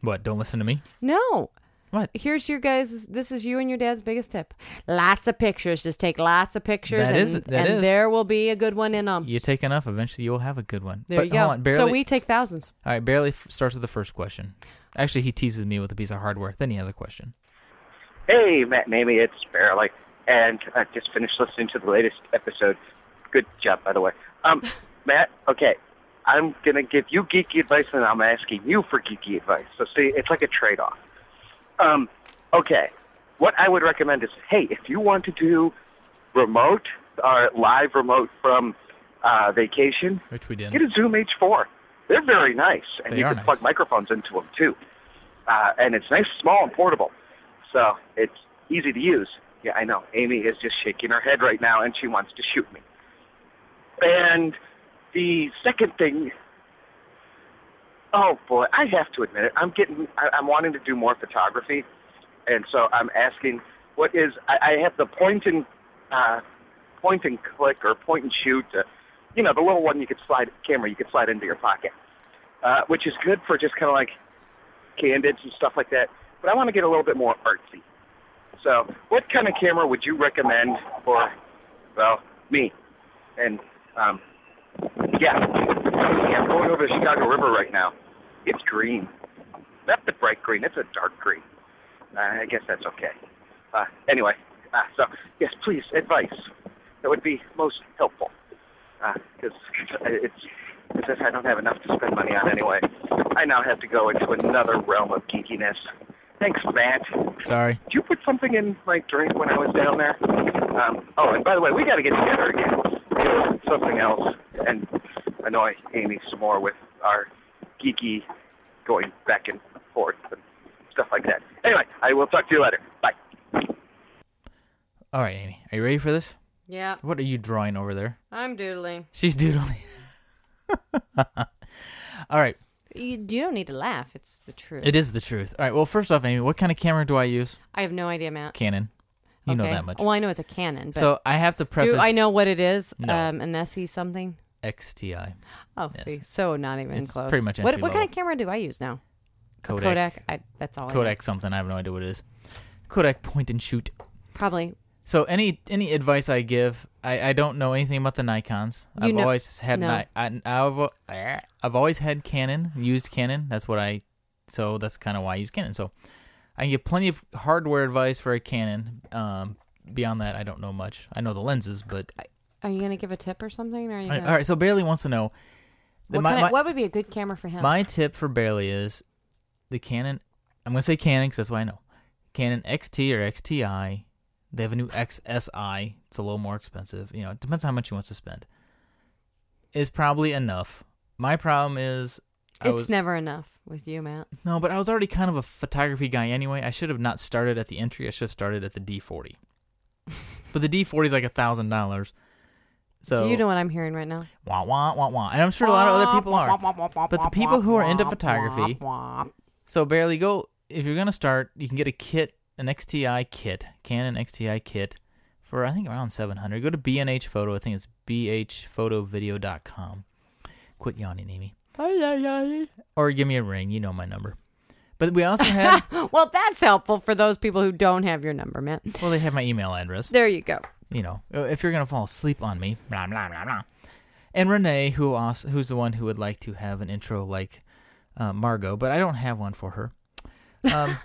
[SPEAKER 6] What? Don't listen to me.
[SPEAKER 1] No.
[SPEAKER 6] What?
[SPEAKER 1] Here's your guys. This is you and your dad's biggest tip. Lots of pictures. Just take lots of pictures,
[SPEAKER 6] That
[SPEAKER 1] and,
[SPEAKER 6] is- that
[SPEAKER 1] and
[SPEAKER 6] is.
[SPEAKER 1] there will be a good one in them.
[SPEAKER 6] You take enough, eventually you'll have a good one.
[SPEAKER 1] there
[SPEAKER 6] but
[SPEAKER 1] you go.
[SPEAKER 6] Hold on, barely,
[SPEAKER 1] So we take thousands.
[SPEAKER 6] all right, barely f- starts with the first question. Actually, he teases me with a piece of hardware. Then he has a question.
[SPEAKER 10] Hey, Matt and Amy, it's Barely, and I just finished listening to the latest episode. Good job, by the way. Um, Matt, okay, I'm gonna give you geeky advice, and I'm asking you for geeky advice. So see, it's like a trade-off. Um, okay, what I would recommend is, hey, if you want to do remote or live remote from uh, vacation,
[SPEAKER 6] Which we didn't.
[SPEAKER 10] Get a Zoom H4. They're very nice, and
[SPEAKER 6] They
[SPEAKER 10] you
[SPEAKER 6] are
[SPEAKER 10] can
[SPEAKER 6] nice.
[SPEAKER 10] plug microphones into them too. Uh, and it's nice, small, and portable, so it's easy to use. Yeah, I know. Amy is just shaking her head right now, and she wants to shoot me. And the second thing, oh boy, I have to admit it. I'm getting, I, I'm wanting to do more photography, and so I'm asking, what is? I, I have the point and uh, point and click or point and shoot, uh, you know, the little one you could slide camera you could slide into your pocket, uh, which is good for just kind of like candids and stuff like that. But I want to get a little bit more artsy. So, what kind of camera would you recommend for, well, me? And um, yeah, yeah, I'm going over the Chicago River right now. It's green, not the bright green. It's a dark green. Uh, I guess that's okay. Uh, anyway, uh, so yes, please advice. That would be most helpful because it's as if I don't have enough to spend money on anyway. I now have to go into another realm of geekiness. Thanks, Matt.
[SPEAKER 6] Sorry.
[SPEAKER 10] Did you put something in my drink when I was down there? Um, oh, and by the way, we got to get together again. Do Something else, and annoy Amy some more with our geeky going back and forth and stuff like that. Anyway, I will talk to you later. Bye.
[SPEAKER 6] All right, Amy, are you ready for this?
[SPEAKER 1] Yeah,
[SPEAKER 6] What are you drawing over there?
[SPEAKER 1] I'm doodling.
[SPEAKER 6] She's doodling. All right,
[SPEAKER 1] You, you don't need to laugh. It's the truth.
[SPEAKER 6] it is the truth. All right, well, first off, Amy, what kind of camera do I use?
[SPEAKER 1] I have no idea, Matt.
[SPEAKER 6] Canon. You know
[SPEAKER 1] Okay.
[SPEAKER 6] that much.
[SPEAKER 1] Well, I know it's a cannon. But
[SPEAKER 6] so I have to preface.
[SPEAKER 1] do I know what it is?
[SPEAKER 6] No.
[SPEAKER 1] Um, an SE something.
[SPEAKER 6] XTI
[SPEAKER 1] Oh, see, so not even
[SPEAKER 6] It's
[SPEAKER 1] close.
[SPEAKER 6] pretty much
[SPEAKER 1] What,
[SPEAKER 6] entry
[SPEAKER 1] what kind
[SPEAKER 6] level.
[SPEAKER 1] of camera do I use now? A
[SPEAKER 6] Kodak.
[SPEAKER 1] Kodak. I, that's all. I know.
[SPEAKER 6] Kodak something. I have no idea what it is. Kodak point and shoot.
[SPEAKER 1] Probably.
[SPEAKER 6] So any any advice I give, I, I don't know anything about the Nikon's.
[SPEAKER 1] You
[SPEAKER 6] I've
[SPEAKER 1] know-
[SPEAKER 6] always had
[SPEAKER 1] no.
[SPEAKER 6] Ni- I, I've eh, I've always had Canon, used Canon. That's what I. So that's kind of why I use Canon. So I can give plenty of hardware advice for a Canon. Um, beyond that, I don't know much. I know the lenses, but
[SPEAKER 1] Are you gonna give a tip or something? Or are you
[SPEAKER 6] all right.
[SPEAKER 1] gonna,
[SPEAKER 6] all right, so Bailey wants to know.
[SPEAKER 1] What,
[SPEAKER 6] my-
[SPEAKER 1] kind
[SPEAKER 6] my-
[SPEAKER 1] of, what would be a good camera for him?
[SPEAKER 6] My tip for Bailey is the Canon. I'm gonna say Canon because that's what I know. Canon XT or XTI. They have a new XSI. It's a little more expensive. You know, it depends how much he wants to spend. Is probably enough. My problem is I
[SPEAKER 1] it's
[SPEAKER 6] was,
[SPEAKER 1] never enough with you, Matt.
[SPEAKER 6] no, but I was already kind of a photography guy anyway. I should have not started at the entry. I should have started at the D40. but the D40 is like a thousand dollars. So
[SPEAKER 1] Do you know what I'm hearing right now?
[SPEAKER 6] wah wah wah wah, and I'm sure a lot of other people are. But the people who are into photography, so barely go. If you're gonna start, you can get a kit, an XTI kit, Canon XTI kit, for I think around 700. Go to BNH Photo. I think it's bhphotovideo.com. Quit yawning, Amy. Or give me a ring. You know my number. But we also have.
[SPEAKER 1] Well, that's helpful for those people who don't have your number, Matt.
[SPEAKER 6] well, they have my email address.
[SPEAKER 1] There you go.
[SPEAKER 6] You know, uh, if you're gonna fall asleep on me, blah blah blah blah. And Renee, who also, who's the one who would like to have an intro like uh, Margot, but I don't have one for her. Um,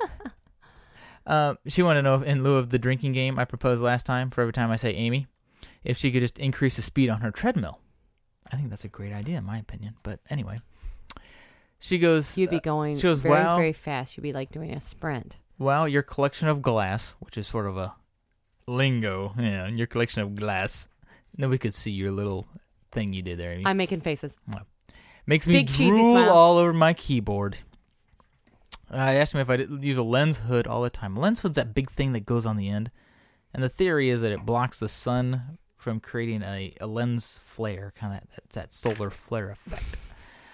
[SPEAKER 6] uh, she wanted to know if, in lieu of the drinking game I proposed last time, for every time I say Amy, if she could just increase the speed on her treadmill. I think that's a great idea, in my opinion. But anyway, she goes.
[SPEAKER 1] You'd be
[SPEAKER 6] uh,
[SPEAKER 1] going
[SPEAKER 6] she goes,
[SPEAKER 1] very,
[SPEAKER 6] wow,
[SPEAKER 1] very fast. You'd be like doing a sprint.
[SPEAKER 6] well, your collection of glass, which is sort of a lingo, yeah, your collection of glass. Nobody could see your little thing you did there. Amy.
[SPEAKER 1] I'm making faces.
[SPEAKER 6] Makes me
[SPEAKER 1] big cheesy
[SPEAKER 6] drool
[SPEAKER 1] smile.
[SPEAKER 6] all over my keyboard. I asked him if I use a lens hood all the time. Lens hood's that big thing that goes on the end, and the theory is that it blocks the sun from creating a, a lens flare, kind of that, that solar flare effect.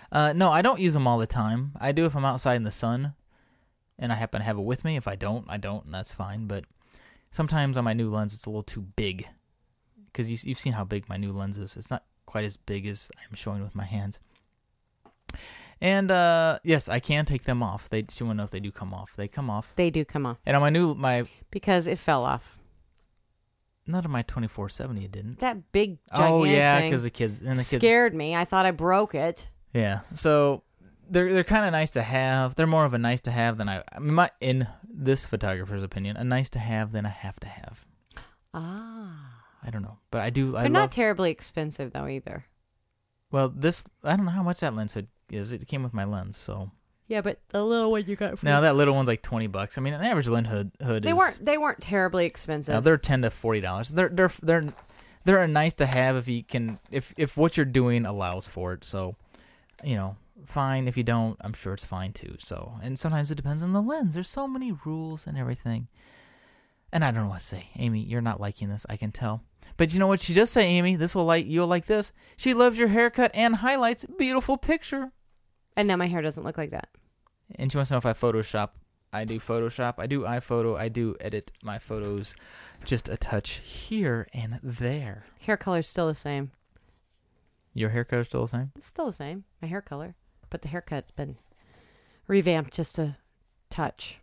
[SPEAKER 6] Uh, no, I don't use them all the time. I do if I'm outside in the sun, and I happen to have it with me. If I don't, I don't, and that's fine. But sometimes on my new lens, it's a little too big, because you, you've seen how big my new lens is. It's not quite as big as I'm showing with my hands. And uh, yes, I can take them off. They just want to know if they do come off. They come off.
[SPEAKER 1] They do come off.
[SPEAKER 6] And on my new my
[SPEAKER 1] because it fell off.
[SPEAKER 6] Not on my twenty four seventy, it didn't.
[SPEAKER 1] That big gigantic
[SPEAKER 6] oh yeah,
[SPEAKER 1] because
[SPEAKER 6] the kids and the kids.
[SPEAKER 1] scared me. I thought I broke it.
[SPEAKER 6] Yeah, so they're they're kind of nice to have. They're more of a nice to have than I. I mean, my in this photographer's opinion, a nice to have than a have to have.
[SPEAKER 1] Ah,
[SPEAKER 6] I don't know, but I do.
[SPEAKER 1] but
[SPEAKER 6] I
[SPEAKER 1] not
[SPEAKER 6] love-
[SPEAKER 1] terribly expensive though either.
[SPEAKER 6] well, this I don't know how much that lens hood is. It came with my lens, so
[SPEAKER 1] Yeah, but the little one you got
[SPEAKER 6] now that little one's like twenty bucks. I mean, an average lens hood hood
[SPEAKER 1] they
[SPEAKER 6] is
[SPEAKER 1] weren't they weren't terribly expensive.
[SPEAKER 6] No, they're ten to forty dollars. They're they're they're they're a nice to have if you can if if what you're doing allows for it. So, you know, fine. If you don't, I'm sure it's fine too. So, and sometimes it depends on the lens. There's so many rules and everything. And I don't know what to say, Amy. You're not liking this. I can tell. But you know what she does say, Amy? This will like you'll like this. She loves your haircut and highlights. Beautiful picture.
[SPEAKER 1] and now my hair doesn't look like that.
[SPEAKER 6] And she wants to know if I Photoshop. I do Photoshop. I do iPhoto. I do edit my photos just a touch here and there.
[SPEAKER 1] Hair color's still the same.
[SPEAKER 6] Your hair color's still the same?
[SPEAKER 1] It's still the same. My hair color, but the haircut's been revamped just a touch.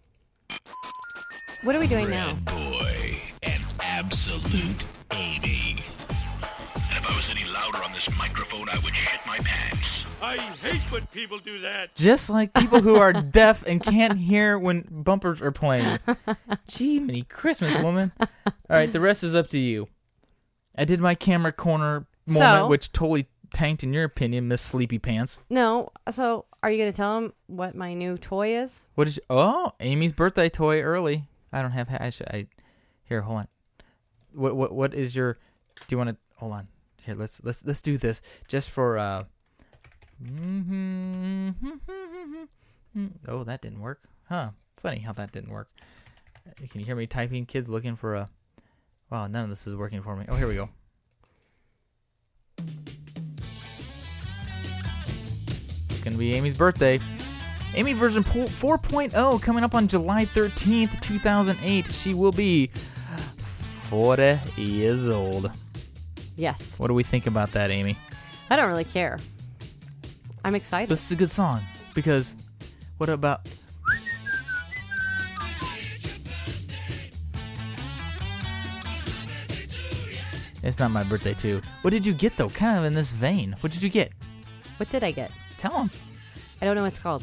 [SPEAKER 1] What are we doing now?
[SPEAKER 2] Red Boy and Absolute Amy. And if I was any louder on this microphone, I would shit my pants. I hate when people do that.
[SPEAKER 6] Just like people who are deaf and can't hear when bumpers are playing. Gee, many Christmas, woman. All right, the rest is up to you. I did my camera corner
[SPEAKER 1] So-
[SPEAKER 6] moment, which totally tanked, in your opinion, Miss Sleepy Pants.
[SPEAKER 1] No. So, are you going to tell him what my new toy is?
[SPEAKER 6] What is? Oh, Amy's birthday toy early. I don't have. ha- I should. I here. Hold on. What? What? What is your? Do you want to? Hold on. Here. Let's. Let's. Let's do this just for. uh mm-hmm. Oh, that didn't work. Huh. Funny how that didn't work. Uh, Can you hear me typing? Kids looking for a. Wow, none of this is working for me. Oh, here we go. It's going to be Amy's birthday. Amy version po- 4.0 coming up on July 13th, 2008. She will be 40 years old.
[SPEAKER 1] Yes.
[SPEAKER 6] What do we think about that, Amy?
[SPEAKER 1] I don't really care. I'm excited.
[SPEAKER 6] This is a good song because what about It's not my birthday too. What did you get though? Kind of in this vein. What did you get?
[SPEAKER 1] What did I get?
[SPEAKER 6] Tell him.
[SPEAKER 1] I don't know what it's called.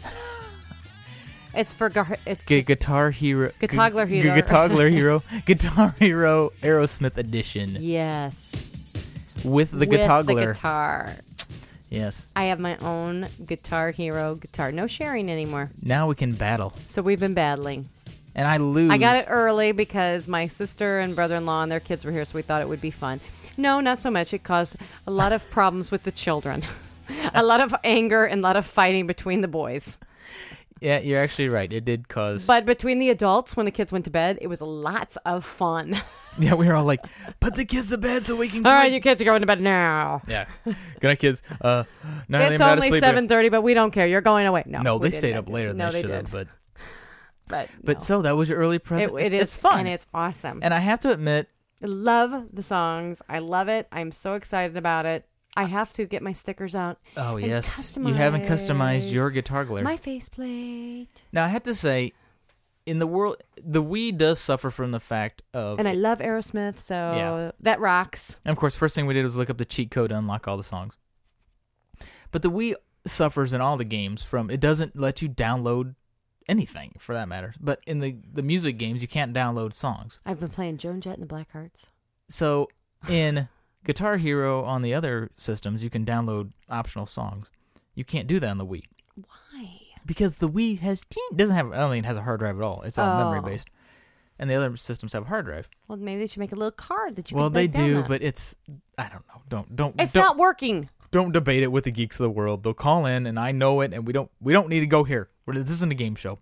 [SPEAKER 1] it's for gar- it's
[SPEAKER 6] Gu- guitar Hero. gu-
[SPEAKER 1] Guitogler
[SPEAKER 6] gu-
[SPEAKER 1] Hero.
[SPEAKER 6] Guitogler Hero. Guitar Hero Aerosmith Edition
[SPEAKER 1] yes.
[SPEAKER 6] with the
[SPEAKER 1] With
[SPEAKER 6] guitogler.
[SPEAKER 1] The guitar.
[SPEAKER 6] yes.
[SPEAKER 1] I have my own guitar hero guitar. No sharing anymore.
[SPEAKER 6] Now we can battle,
[SPEAKER 1] So we've been battling.
[SPEAKER 6] and I lose.
[SPEAKER 1] I got it early because my sister and brother-in-law and their kids were here, so we thought it would be fun. No, not so much. It caused a lot of problems with the children. a lot of anger and a lot of fighting between the boys.
[SPEAKER 6] Yeah, you're actually right. It did cause.
[SPEAKER 1] But between the adults, when the kids went to bed, it was lots of fun.
[SPEAKER 6] yeah, we were all like, "Put the kids to bed so we can."
[SPEAKER 1] All
[SPEAKER 6] play."
[SPEAKER 1] right, you kids are going to bed now.
[SPEAKER 6] Yeah. Good night, kids. Uh, none of
[SPEAKER 1] it's
[SPEAKER 6] them got to
[SPEAKER 1] only
[SPEAKER 6] sleep.
[SPEAKER 1] seven thirty, but we don't care. You're going away. No,
[SPEAKER 6] No,
[SPEAKER 1] we
[SPEAKER 6] they
[SPEAKER 1] did
[SPEAKER 6] stayed
[SPEAKER 1] not
[SPEAKER 6] up
[SPEAKER 1] do-
[SPEAKER 6] later than
[SPEAKER 1] no, they
[SPEAKER 6] they, should
[SPEAKER 1] did.
[SPEAKER 6] have. But
[SPEAKER 1] but
[SPEAKER 6] but
[SPEAKER 1] no.
[SPEAKER 6] so that was your early
[SPEAKER 1] it,
[SPEAKER 6] present.
[SPEAKER 1] it
[SPEAKER 6] it's,
[SPEAKER 1] is
[SPEAKER 6] it's fun,
[SPEAKER 1] and it's awesome.
[SPEAKER 6] And I have to admit,
[SPEAKER 1] I love the songs. I love it. I'm so excited about it. I have to get my stickers out.
[SPEAKER 6] oh
[SPEAKER 1] and
[SPEAKER 6] yes, you haven't customized your guitar glare.
[SPEAKER 1] my faceplate.
[SPEAKER 6] Now I have to say, in the world, the Wii does suffer from the fact of,
[SPEAKER 1] And I love Aerosmith, so
[SPEAKER 6] Yeah.
[SPEAKER 1] that rocks.
[SPEAKER 6] and of course, first thing we did was look up the cheat code to unlock all the songs. But the Wii suffers in all the games from it doesn't let you download anything for that matter. But in the the music games, you can't download songs.
[SPEAKER 1] I've been playing Joan Jett and the Blackhearts.
[SPEAKER 6] So in Guitar Hero on the other systems, you can download optional songs. You can't do that on the Wii
[SPEAKER 1] Why?
[SPEAKER 6] because the Wii has doesn't have I don't think it has a hard drive at all. It's all
[SPEAKER 1] Oh.
[SPEAKER 6] memory based, and the other systems have a hard drive.
[SPEAKER 1] Well, maybe they should make a little card that you.
[SPEAKER 6] well,
[SPEAKER 1] can play
[SPEAKER 6] they do,
[SPEAKER 1] down on.
[SPEAKER 6] but it's I don't know. Don't don't
[SPEAKER 1] it's
[SPEAKER 6] don't,
[SPEAKER 1] not working.
[SPEAKER 6] don't debate it with the geeks of the world. They'll call in, and I know it, and we don't we don't need to go here. We're, this isn't a game show.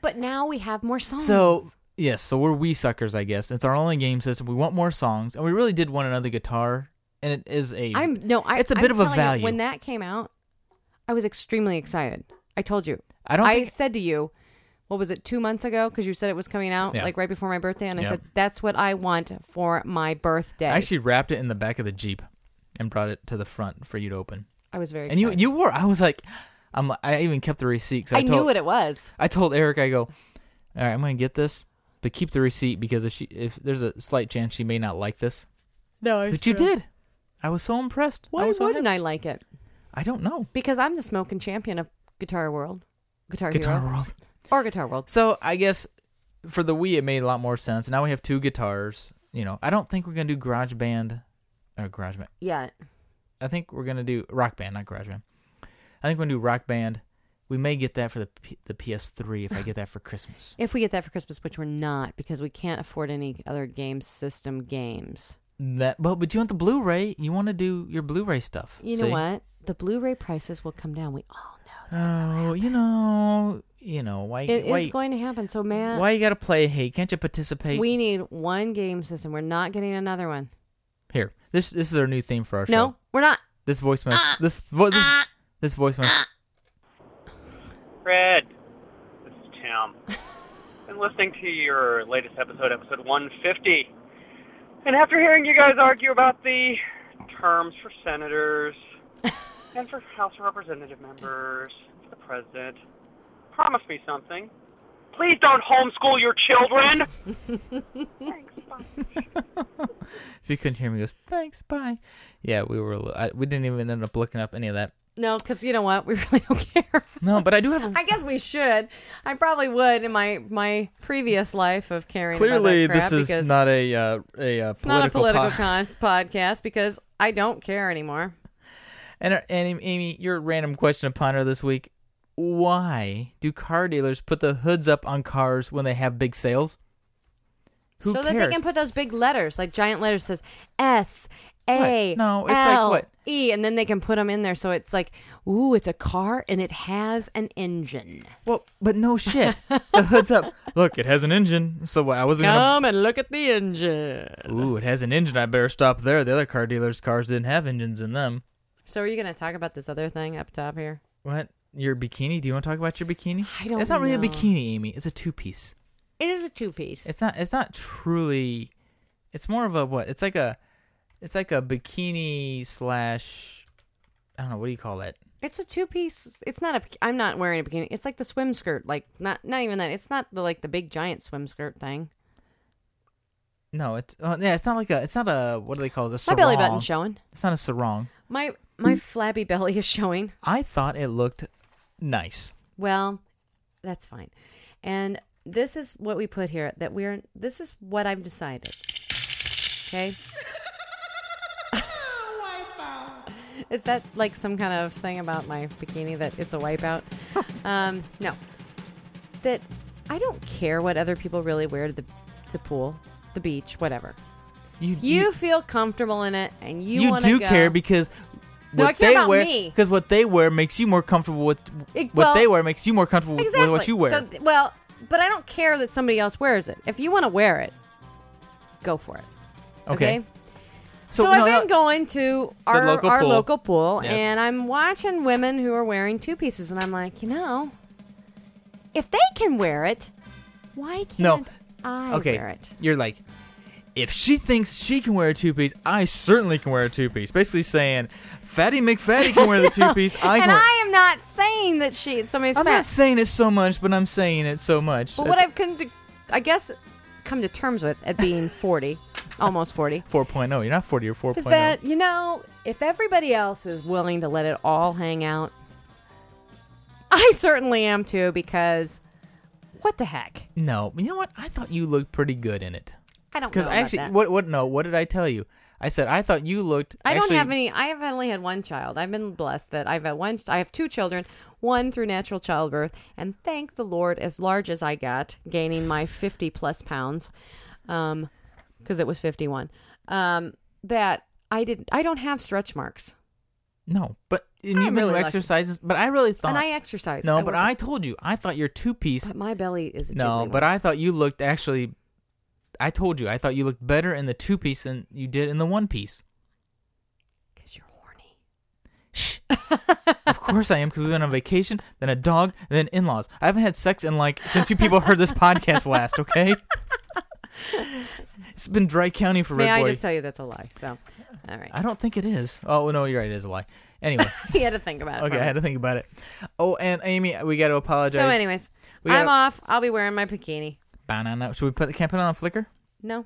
[SPEAKER 1] But now we have more songs.
[SPEAKER 6] So yes, so we're we suckers, I guess. It's our only game system. We want more songs, and we really did want another guitar. And it is a
[SPEAKER 1] I'm no, I,
[SPEAKER 6] it's a
[SPEAKER 1] I'm
[SPEAKER 6] bit of a
[SPEAKER 1] telling you,
[SPEAKER 6] value.
[SPEAKER 1] when that came out, I was extremely excited. I told you.
[SPEAKER 6] I don't
[SPEAKER 1] I
[SPEAKER 6] think-
[SPEAKER 1] said to you, what was it two months ago? Because you said it was coming out
[SPEAKER 6] Yeah.
[SPEAKER 1] like right before my birthday, and I
[SPEAKER 6] Yeah.
[SPEAKER 1] said that's what I want for my birthday.
[SPEAKER 6] I actually wrapped it in the back of the jeep and brought it to the front for you to open.
[SPEAKER 1] I was very
[SPEAKER 6] and you you were. I was like, I'm. I even kept the receipt. 'cause I,
[SPEAKER 1] I knew
[SPEAKER 6] told-
[SPEAKER 1] what it was.
[SPEAKER 6] I told Eric, I go, all right, I'm gonna get this, but keep the receipt because if she, if there's a slight chance she may not like this.
[SPEAKER 1] No,
[SPEAKER 6] But you did. I was so impressed.
[SPEAKER 1] Why
[SPEAKER 6] I was so
[SPEAKER 1] wouldn't
[SPEAKER 6] happy.
[SPEAKER 1] I like it?
[SPEAKER 6] I don't know.
[SPEAKER 1] Because I'm the smoking champion of Guitar World, Guitar,
[SPEAKER 6] Guitar
[SPEAKER 1] Hero,
[SPEAKER 6] World.
[SPEAKER 1] or Guitar World.
[SPEAKER 6] So I guess for the Wii, it made a lot more sense. Now we have two guitars. You know, I don't think we're gonna do Garage Band or Garage Band.
[SPEAKER 1] Yeah,
[SPEAKER 6] I think we're gonna do Rock Band, not Garage Band. I think we're gonna do Rock Band. We may get that for the P- the PS3 if I get that for Christmas.
[SPEAKER 1] if we get that for Christmas, which we're not, because we can't afford any other game system games.
[SPEAKER 6] That, but but you want the Blu-ray? You want to do your Blu-ray stuff?
[SPEAKER 1] You
[SPEAKER 6] see?
[SPEAKER 1] know what? The Blu-ray prices will come down. We all
[SPEAKER 6] Oh, you know, you know why?
[SPEAKER 1] It is
[SPEAKER 6] why,
[SPEAKER 1] going to happen. So man,
[SPEAKER 6] why you gotta play? Hey, can't you participate?
[SPEAKER 1] we need one game system. We're not getting another one.
[SPEAKER 6] Here, this this is our new theme for our show.
[SPEAKER 1] No, Ah. we're not.
[SPEAKER 6] This voice mess. this vo- this, this voice mess.
[SPEAKER 1] Ah.
[SPEAKER 11] Fred, this is Tim. Been listening to your latest episode, episode 150, and after hearing you guys argue about the terms for senators and for House of Representative members, and for the president, promise me something. Please don't homeschool your children.
[SPEAKER 6] if you couldn't hear me, it goes thanks, bye. Yeah, we were. a li- I, we didn't even end up looking up any of that.
[SPEAKER 1] No, because you know what? We really don't care.
[SPEAKER 6] No, but I do have. a-
[SPEAKER 1] I guess we should. I probably would in my my previous life of caring. about that
[SPEAKER 6] Clearly,
[SPEAKER 1] crap
[SPEAKER 6] this is
[SPEAKER 1] because
[SPEAKER 6] not a uh, a uh,
[SPEAKER 1] It's not a political con-
[SPEAKER 6] pod-
[SPEAKER 1] podcast because I don't care anymore.
[SPEAKER 6] And, uh, and Amy, your random question upon her this week: Why do car dealers put the hoods up on cars when they have big sales? Who
[SPEAKER 1] so
[SPEAKER 6] cares?
[SPEAKER 1] that they can put those big letters, like giant letters, says S A
[SPEAKER 6] What? No, it's like
[SPEAKER 1] L,
[SPEAKER 6] what?
[SPEAKER 1] E, and then they can put them in there. So it's like, ooh, it's a car and it has an engine.
[SPEAKER 6] Well, but no shit. the hood's up. Look, it has an engine. So I wasn't gonna.
[SPEAKER 1] Come and look at the engine.
[SPEAKER 6] Ooh, it has an engine. I better stop there. The other car dealers' cars didn't have engines in them.
[SPEAKER 1] So are you going to talk about this other thing up top here?
[SPEAKER 6] What? Your bikini? Do you want to talk about your bikini?
[SPEAKER 1] I don't
[SPEAKER 6] It's not really
[SPEAKER 1] know.
[SPEAKER 6] a bikini, Amy. It's a two piece.
[SPEAKER 1] It is a two piece.
[SPEAKER 6] It's not. It's not truly. It's more of a what? It's like a. It's like a bikini slash. I don't know. What do you call it?
[SPEAKER 1] It's a two piece. It's not a. I'm not wearing a bikini. It's like the swim skirt. Like not not even that. It's not the like the big giant swim skirt thing.
[SPEAKER 6] No, it's oh, yeah. It's not like a. It's not a. What do they call it? A
[SPEAKER 1] My belly button
[SPEAKER 6] sarong.
[SPEAKER 1] showing.
[SPEAKER 6] It's not a sarong.
[SPEAKER 1] My my flabby belly is showing.
[SPEAKER 6] I thought it looked nice.
[SPEAKER 1] Well, that's fine. And this is what we put here that we're this is what I've decided. Okay? is that like some kind of thing about my bikini that it's a wipeout? um, no. That I don't care what other people really wear to the the pool, the beach, whatever.
[SPEAKER 6] You
[SPEAKER 1] you, feel comfortable in it and you
[SPEAKER 6] you
[SPEAKER 1] wanna
[SPEAKER 6] do
[SPEAKER 1] go.
[SPEAKER 6] care because what
[SPEAKER 1] No, I care
[SPEAKER 6] they
[SPEAKER 1] about
[SPEAKER 6] wear
[SPEAKER 1] me.
[SPEAKER 6] because what they wear makes you more comfortable with
[SPEAKER 1] It-
[SPEAKER 6] what
[SPEAKER 1] well-
[SPEAKER 6] they wear makes you more comfortable with-
[SPEAKER 1] exactly.
[SPEAKER 6] with what you wear.
[SPEAKER 1] So, th- well, but I don't care that somebody else wears it. If you want to wear it, go for it.
[SPEAKER 6] Okay.
[SPEAKER 1] Okay. So,
[SPEAKER 6] So,
[SPEAKER 1] I've
[SPEAKER 6] no,
[SPEAKER 1] been
[SPEAKER 6] no-
[SPEAKER 1] going to our
[SPEAKER 6] local
[SPEAKER 1] our
[SPEAKER 6] pool.
[SPEAKER 1] local pool,
[SPEAKER 6] Yes.
[SPEAKER 1] and I'm watching women who are wearing two pieces, and I'm like, you know, if they can wear it, why can't
[SPEAKER 6] no,
[SPEAKER 1] I
[SPEAKER 6] okay,
[SPEAKER 1] wear it?
[SPEAKER 6] you're like, if she thinks she can wear a two piece, I certainly can wear a two piece. Basically saying, Fatty McFatty can wear the two piece. I
[SPEAKER 1] and
[SPEAKER 6] can. wear-
[SPEAKER 1] I am not saying that she somebody's
[SPEAKER 6] I'm
[SPEAKER 1] fat.
[SPEAKER 6] not saying it so much, but I'm saying it so much.
[SPEAKER 1] but what I've come to, I guess, come to terms with at being 40, almost 40.
[SPEAKER 6] 4.0. oh, You're not 40. You're 4.0.
[SPEAKER 1] is that you know if everybody else is willing to let it all hang out i certainly am too because what the heck
[SPEAKER 6] No, but you know what? I thought you looked pretty good in it.
[SPEAKER 1] I don't know about
[SPEAKER 6] actually,
[SPEAKER 1] that.
[SPEAKER 6] what what no? What did I tell you? I said I thought you looked.
[SPEAKER 1] i
[SPEAKER 6] actually-
[SPEAKER 1] don't have any i have only had one child i've been blessed that i've had one i have two children one through natural childbirth and thank the lord as large as i got gaining my 50 plus pounds um because it was 51 um that i didn't i don't have stretch marks
[SPEAKER 6] No, but and
[SPEAKER 1] I'm
[SPEAKER 6] you've been
[SPEAKER 1] really lucky.
[SPEAKER 6] exercising, but I really thought.
[SPEAKER 1] And I exercise.
[SPEAKER 6] No,
[SPEAKER 1] I
[SPEAKER 6] but
[SPEAKER 1] work out.
[SPEAKER 6] I told you, I thought your two piece.
[SPEAKER 1] But my belly is a
[SPEAKER 6] No,
[SPEAKER 1] jiggly
[SPEAKER 6] but I thought you looked actually. I told you, I thought you looked better in the two piece than you did in the one piece. Because you're horny. Shh. of course I am, because we went on vacation, then a dog, then in laws. I haven't had sex in like since you people heard this podcast last. Okay. it's been dry county for
[SPEAKER 1] May
[SPEAKER 6] Red
[SPEAKER 1] I
[SPEAKER 6] Boy.
[SPEAKER 1] just tell you that's a lie? So, all right.
[SPEAKER 6] I don't think it is. Oh no, you're right. It is a lie. Anyway.
[SPEAKER 1] he had to think about it.
[SPEAKER 6] okay, I had to think about it. Oh, and Amy, we got to apologize.
[SPEAKER 1] So, anyways,
[SPEAKER 6] we
[SPEAKER 1] I'm
[SPEAKER 6] gotta-
[SPEAKER 1] off. I'll be wearing my bikini.
[SPEAKER 6] Banana. Should we put? Can I put it on Flickr?
[SPEAKER 1] No.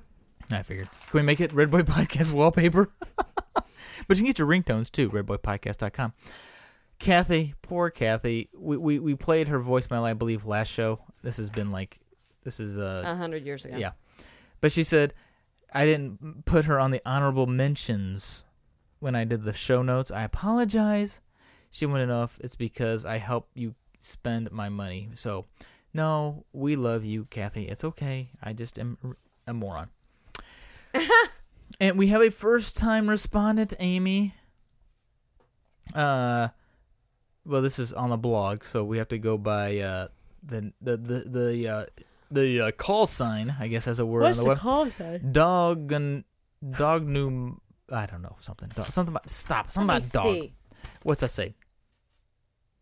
[SPEAKER 6] I figured. Can we make it Red Boy Podcast wallpaper? but you can get your ringtones too. RedBoyPodcast.com. Kathy, poor Kathy. We, we we played her voicemail, I believe, last show. This has been like, this is uh,
[SPEAKER 1] A hundred years ago.
[SPEAKER 6] Yeah, but she said I didn't put her on the honorable mentions when I did the show notes. I apologize. She wanted to know if it's because I help you spend my money. So, no, we love you, Kathy. It's okay. I just am r- a moron. and we have a first time respondent, Amy. Uh, well, this is on the blog, so we have to go by uh the the the the uh, the uh, call sign, I guess, as it were.
[SPEAKER 1] What's the
[SPEAKER 6] on the, web.
[SPEAKER 1] call sign?
[SPEAKER 6] Dog and dog new. I don't know something. Dog, something about stop. Something
[SPEAKER 1] Let
[SPEAKER 6] about
[SPEAKER 1] me
[SPEAKER 6] dog.
[SPEAKER 1] see.
[SPEAKER 6] What's that say?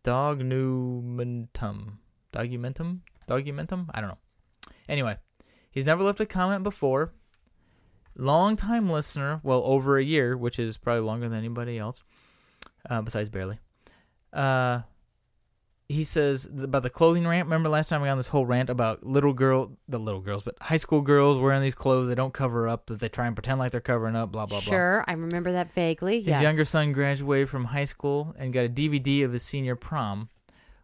[SPEAKER 6] Dog numentum. Documentum? Documentum? I don't know. Anyway, he's never left a comment before. Long time listener, well, over a year, which is probably longer than anybody else, uh, besides barely. Uh, he says th- about the clothing rant. Remember last time we got on this whole rant about little girl, the little girls, but high school girls wearing these clothes they don't cover up, that they try and pretend like they're covering up, blah, blah, blah.
[SPEAKER 1] Sure, I remember that vaguely.
[SPEAKER 6] His
[SPEAKER 1] yes.
[SPEAKER 6] younger son graduated from high school and got a DVD of his senior prom.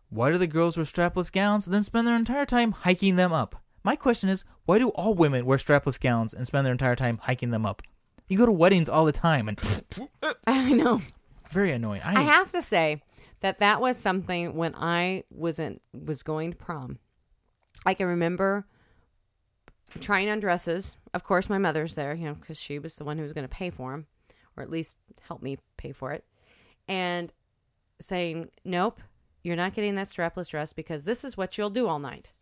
[SPEAKER 6] Why do the girls wear strapless gowns and then spend their entire time hiking them up? My question is, why do all women wear strapless gowns and spend their entire time hiking them up? You go to weddings all the time and
[SPEAKER 1] I know.
[SPEAKER 6] Very annoying. I,
[SPEAKER 1] I have to say that that was something when I wasn't was going to prom. I can remember trying on dresses. Of course, my mother's there, you know, because she was the one who was going to pay for them, or at least help me pay for it, and saying, "Nope, you're not getting that strapless dress because this is what you'll do all night."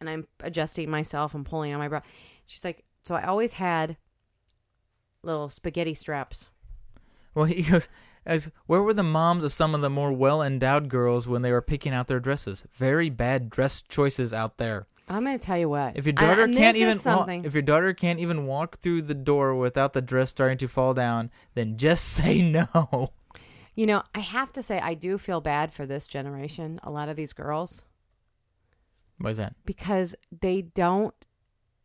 [SPEAKER 1] And I'm adjusting myself and pulling on my bra. She's like, "So I always had little spaghetti straps."
[SPEAKER 6] Well, he goes, as where were the moms of some of the more well endowed girls when they were picking out their dresses? Very bad dress choices out there.
[SPEAKER 1] I'm going to tell you what.
[SPEAKER 6] If your
[SPEAKER 1] I-
[SPEAKER 6] daughter
[SPEAKER 1] and
[SPEAKER 6] can't
[SPEAKER 1] this is
[SPEAKER 6] even walk,
[SPEAKER 1] something.
[SPEAKER 6] if your daughter can't even walk through the door without the dress starting to fall down, then just say no.
[SPEAKER 1] You know, I have to say, I do feel bad for this generation, a lot of these girls,
[SPEAKER 6] What is that?
[SPEAKER 1] because they don't,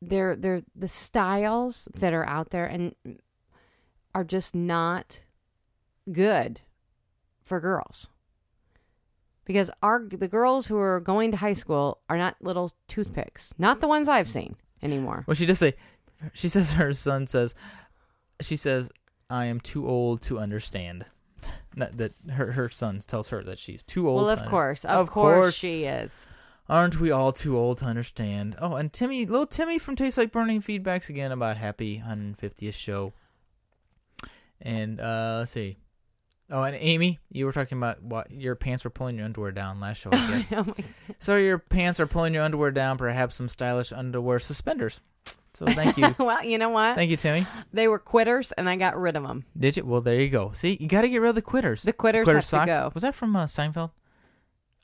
[SPEAKER 1] they're, they're, the styles that are out there and are just not good for girls. Because our, the girls who are going to high school are not little toothpicks, not the ones I've seen anymore.
[SPEAKER 6] Well, she does say. She says her son says, she says, I am too old to understand. That, that her her son tells her that she's too old.
[SPEAKER 1] Well,
[SPEAKER 6] to
[SPEAKER 1] of
[SPEAKER 6] under-
[SPEAKER 1] course. Of, course, she is.
[SPEAKER 6] Aren't we all too old to understand? Oh, and Timmy, little Timmy from Tastes Like Burning feedbacks again about happy 150th show. And uh, let's see. Oh, and Amy, you were talking about what your pants were pulling your underwear down last show. I
[SPEAKER 1] Oh
[SPEAKER 6] guess. Sorry, your pants are pulling your underwear down. Perhaps some stylish underwear suspenders. So thank you,
[SPEAKER 1] well, you know what?
[SPEAKER 6] thank you, Timmy.
[SPEAKER 1] They were quitters, and I got rid of them.
[SPEAKER 6] Did you? Well, there you go. See, you got to get rid of the quitters. The
[SPEAKER 1] quitters
[SPEAKER 6] Quitter
[SPEAKER 1] have to
[SPEAKER 6] socks.
[SPEAKER 1] go.
[SPEAKER 6] Was that from uh, Seinfeld?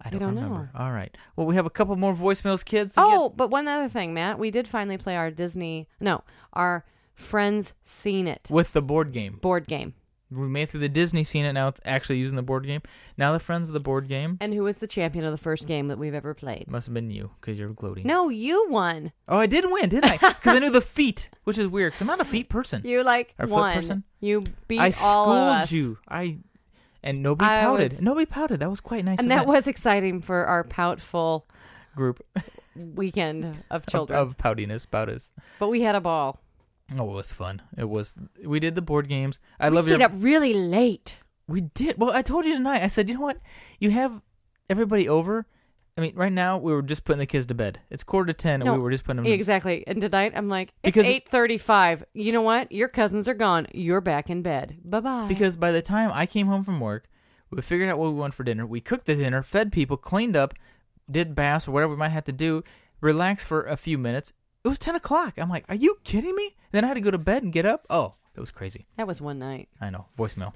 [SPEAKER 6] I don't,
[SPEAKER 1] don't know.
[SPEAKER 6] remember. All right. Well, we have a couple more voicemails, kids. to get-
[SPEAKER 1] Oh, but one other thing, Matt, we did finally play our Disney. No, our friends seen it
[SPEAKER 6] with the board game.
[SPEAKER 1] board game.
[SPEAKER 6] We made it through the Disney scene and now it's actually using the board game. Now the friends of the board game
[SPEAKER 1] And who was the champion of the first game that we've ever played?
[SPEAKER 6] must have been you because you're gloating.
[SPEAKER 1] No, you won.
[SPEAKER 6] Oh, I did win, didn't I? Because I knew the feet, which is weird because I'm not a feet person.
[SPEAKER 1] You like
[SPEAKER 6] Or foot
[SPEAKER 1] won.
[SPEAKER 6] person?
[SPEAKER 1] You beat
[SPEAKER 6] I
[SPEAKER 1] all
[SPEAKER 6] schooled
[SPEAKER 1] of us.
[SPEAKER 6] you. I and nobody
[SPEAKER 1] I
[SPEAKER 6] pouted.
[SPEAKER 1] was-
[SPEAKER 6] Nobody pouted. That was quite nice.
[SPEAKER 1] and
[SPEAKER 6] of
[SPEAKER 1] that was exciting for our poutful
[SPEAKER 6] group
[SPEAKER 1] weekend of
[SPEAKER 6] of-
[SPEAKER 1] children.
[SPEAKER 6] of, poutiness, pouters.
[SPEAKER 1] but we had a ball.
[SPEAKER 6] Oh, it was fun. It was. We did the board games. I
[SPEAKER 1] we
[SPEAKER 6] love
[SPEAKER 1] stayed
[SPEAKER 6] your.
[SPEAKER 1] up really late.
[SPEAKER 6] We did. Well, I told you tonight. I said, you know what? You have everybody over. I mean, right now we were just putting the kids to bed. It's quarter to ten, and we were just putting them. to
[SPEAKER 1] exactly. And tonight I'm like, it's
[SPEAKER 6] Because-
[SPEAKER 1] eight thirty-five. You know what? Your cousins are gone. You're back in bed. Bye bye.
[SPEAKER 6] Because by the time I came home from work, We figured out what we wanted for dinner. We cooked the dinner, fed people, cleaned up, did baths or whatever we might have to do, relaxed for a few minutes. It was 10 o'clock. I'm like, are you kidding me? Then I had to go to bed and get up. Oh, it was crazy.
[SPEAKER 1] That was one night.
[SPEAKER 6] I know. Voicemail.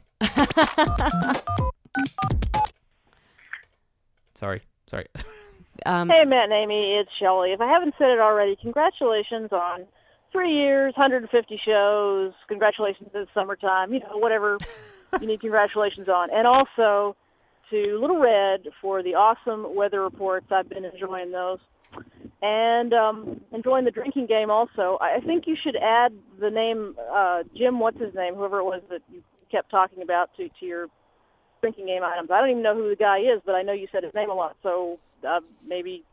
[SPEAKER 6] Sorry. Sorry.
[SPEAKER 7] hey, Matt and Amy, it's Shelley. If I haven't said it already, congratulations on three years, 150 shows. Congratulations in the summertime. You know, whatever you need congratulations on. And also to Little Red for the awesome weather reports. I've been enjoying those. And um, enjoying the drinking game also. I I think you should add the name uh, Jim, what's his name, whoever it was that you kept talking about, to, to your drinking game items. I don't even know who the guy is, but I know you said his name a lot. So uh, maybe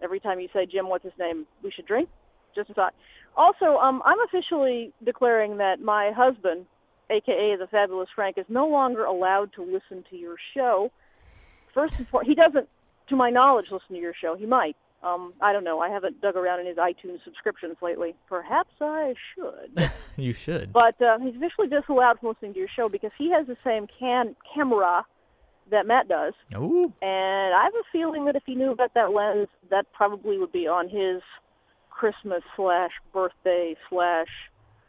[SPEAKER 7] every time you say Jim, what's his name, we should drink. Just a thought. Also, um, I'm officially declaring that my husband, aka the fabulous Frank, is no longer allowed to listen to your show. First and foremost, he doesn't, to my knowledge, listen to your show. He might. Um, I don't know. I haven't dug around in his iTunes subscriptions lately. Perhaps I should.
[SPEAKER 6] you should.
[SPEAKER 7] But uh, he's officially disallowed from listening to your show because he has the same can camera that Matt does,
[SPEAKER 6] Ooh.
[SPEAKER 7] and I have a feeling that if he knew about that lens, that probably would be on his Christmas slash birthday slash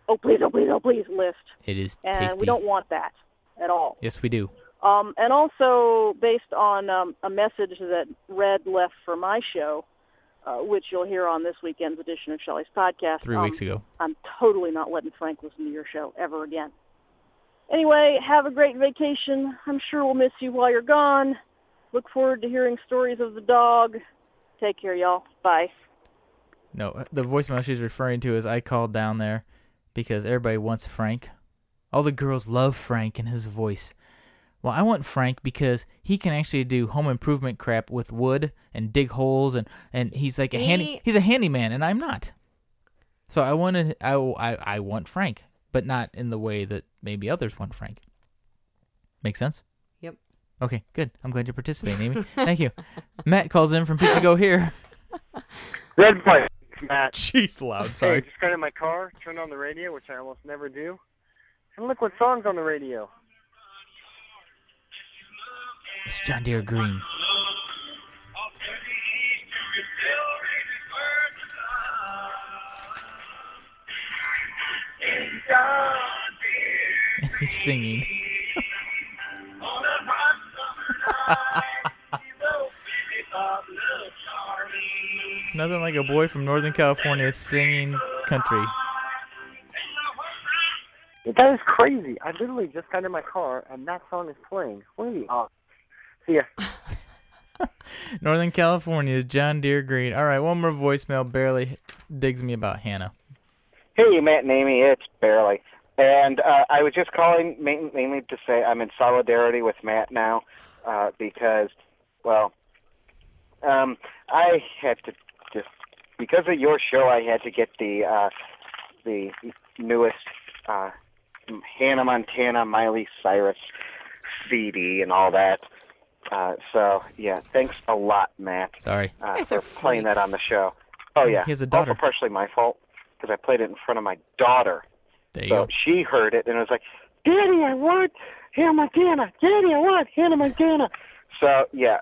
[SPEAKER 7] oh please oh please oh please list,
[SPEAKER 6] It is
[SPEAKER 7] and
[SPEAKER 6] tasty.
[SPEAKER 7] we don't want that at all.
[SPEAKER 6] Yes, we do.
[SPEAKER 7] Um, and also based on um, a message that Red left for my show, uh, which you'll hear on this weekend's edition of Shelley's podcast.
[SPEAKER 6] Three
[SPEAKER 7] um,
[SPEAKER 6] weeks ago.
[SPEAKER 7] I'm totally not letting Frank listen to your show ever again. Anyway, have a great vacation. I'm sure we'll miss you while you're gone. Look forward to hearing stories of the dog. Take care, y'all. Bye.
[SPEAKER 6] No, uh, the voicemail she's referring to is I called down there because everybody wants Frank. All the girls love Frank and his voice. Well, I want Frank because he can actually do home improvement crap with wood and dig holes and, and he's like a handy
[SPEAKER 1] He-
[SPEAKER 6] he's a handyman and I'm not. So I wanted I, I I want Frank, but not in the way that maybe others want Frank. Make sense?
[SPEAKER 1] Yep.
[SPEAKER 6] Okay, good. I'm glad you're participating, Amy. Thank you. Matt calls in from Pizza Go here.
[SPEAKER 12] Red Boy. Matt.
[SPEAKER 6] Jeez, loud.
[SPEAKER 12] Hey,
[SPEAKER 6] Sorry.
[SPEAKER 12] just got in my car, turned on the radio, which I almost never do, and look what song's on the radio.
[SPEAKER 6] It's John Deere Green. He's singing. Nothing like a boy from Northern California singing country.
[SPEAKER 12] That is crazy. I literally just got in my car, and that song is playing. uh, What are you on? See ya.
[SPEAKER 6] Northern California's John Deere Green. All right, one more voicemail barely digs me about Hannah.
[SPEAKER 12] Hey, Matt and Amy, it's Barely. And uh, I was just calling main- mainly to say I'm in solidarity with Matt now uh, because, well, um, I had to just because of your show, I had to get the uh, the newest uh, Hannah Montana, Miley Cyrus CD and all that. Uh, so yeah, thanks a lot, Matt.
[SPEAKER 6] Sorry,
[SPEAKER 12] uh,
[SPEAKER 1] guys
[SPEAKER 12] for
[SPEAKER 1] are
[SPEAKER 12] playing that
[SPEAKER 1] freaks.
[SPEAKER 12] on the show. Oh yeah,
[SPEAKER 6] He has a daughter.
[SPEAKER 12] Also partially my fault because I played it in front of my daughter.
[SPEAKER 6] There you
[SPEAKER 12] so
[SPEAKER 6] go.
[SPEAKER 12] she heard it and was like, "Daddy, I want Hannah Montana. Daddy, I want Hannah Montana." So yeah,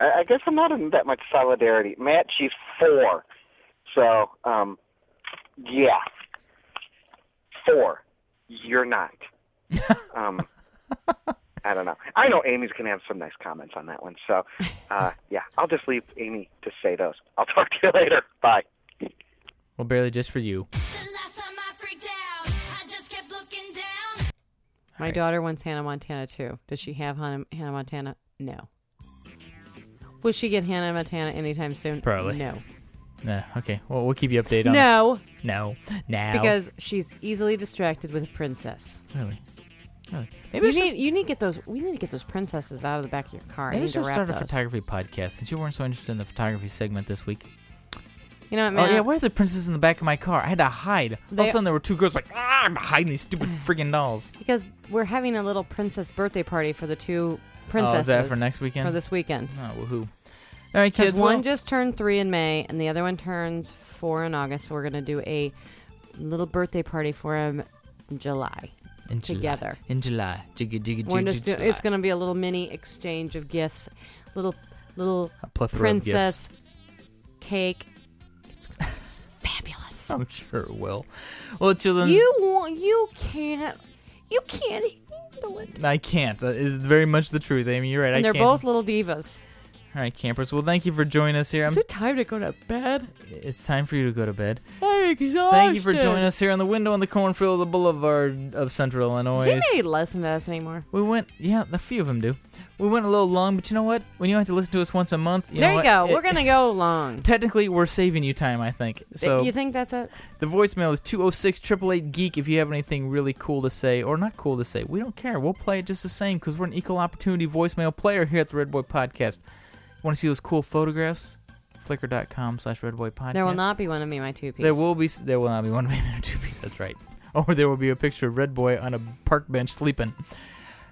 [SPEAKER 12] I, I guess I'm not in that much solidarity. Matt, she's four, so um, yeah, four. You're not. um, I don't know. I know Amy's gonna have some nice comments on that one. So uh, yeah, I'll just leave Amy to say those. I'll talk to you later. Bye.
[SPEAKER 6] Well, barely just for you.
[SPEAKER 1] My daughter wants Hannah Montana too. Does she have Hannah, Hannah Montana? No. Will she get Hannah Montana anytime soon?
[SPEAKER 6] Probably.
[SPEAKER 1] No.
[SPEAKER 6] Nah, okay. Well, we'll keep you updated on
[SPEAKER 1] No.
[SPEAKER 6] No. Now.
[SPEAKER 1] Because she's easily distracted with a princess.
[SPEAKER 6] Really? Really?
[SPEAKER 1] you need you need to get those we need to get those princesses out of the back of your car. I
[SPEAKER 6] Maybe
[SPEAKER 1] need to
[SPEAKER 6] should
[SPEAKER 1] wrap
[SPEAKER 6] start a
[SPEAKER 1] those.
[SPEAKER 6] photography podcast since you weren't so interested in the photography segment this week.
[SPEAKER 1] You know what,
[SPEAKER 6] Oh
[SPEAKER 1] man?
[SPEAKER 6] yeah, where's the princess in the back of my car? I had to hide. All
[SPEAKER 1] They-
[SPEAKER 6] of a sudden, there were two girls like, ah, I'm hiding these stupid friggin' dolls.
[SPEAKER 1] Because we're having a little princess birthday party for the two
[SPEAKER 6] Oh,
[SPEAKER 1] princesses.
[SPEAKER 6] is that for next weekend?
[SPEAKER 1] For this weekend.
[SPEAKER 6] Oh, woohoo! All right,
[SPEAKER 1] Because
[SPEAKER 6] kids.
[SPEAKER 1] one
[SPEAKER 6] well-
[SPEAKER 1] just turned three in May and the other one turns four in August. So we're going to do a little birthday party for him in July.
[SPEAKER 6] in July.
[SPEAKER 1] together.
[SPEAKER 6] in July. Jiggy, jiggy,
[SPEAKER 1] We're
[SPEAKER 6] jiggy,
[SPEAKER 1] just do-
[SPEAKER 6] July.
[SPEAKER 1] it's going to be a little mini exchange of gifts, little little
[SPEAKER 6] plethora of
[SPEAKER 1] princess cake. It's gonna be fabulous.
[SPEAKER 6] I'm sure it will. Well, children,
[SPEAKER 1] You want you can't you can't handle it.
[SPEAKER 6] I can't. That is very much the truth, Amy. You're right. I
[SPEAKER 1] and they're
[SPEAKER 6] can't.
[SPEAKER 1] both little divas.
[SPEAKER 6] All right, campers. Well, thank you for joining us here. I'm,
[SPEAKER 1] Is it time to go to bed?
[SPEAKER 6] it's time for you to go to bed.
[SPEAKER 1] I'm exhausted.
[SPEAKER 6] Thank you for joining us here on the window on the cornfield of the boulevard of Central Illinois.
[SPEAKER 1] Does anybody listen to us anymore?
[SPEAKER 6] We went, yeah, a few of them do. We went a little long, but you know what? When you have to listen to us once a month, you
[SPEAKER 1] there
[SPEAKER 6] know
[SPEAKER 1] you
[SPEAKER 6] what?
[SPEAKER 1] go.
[SPEAKER 6] It-
[SPEAKER 1] We're gonna go long.
[SPEAKER 6] Technically, we're saving you time, I think. So
[SPEAKER 1] you think that's it?
[SPEAKER 6] the voicemail is 206 888 Geek if you have anything really cool to say or not cool to say. We don't care. We'll play it just the same because we're an equal opportunity voicemail player here at the Red Boy Podcast. Want to see those cool photographs? Flickr.com slash Red Boy Podcast.
[SPEAKER 1] There will not be one of me, and my two piece.
[SPEAKER 6] There will be. s- There will not be one man in a two piece. That's right. Or there will be a picture of Red Boy on a park bench sleeping.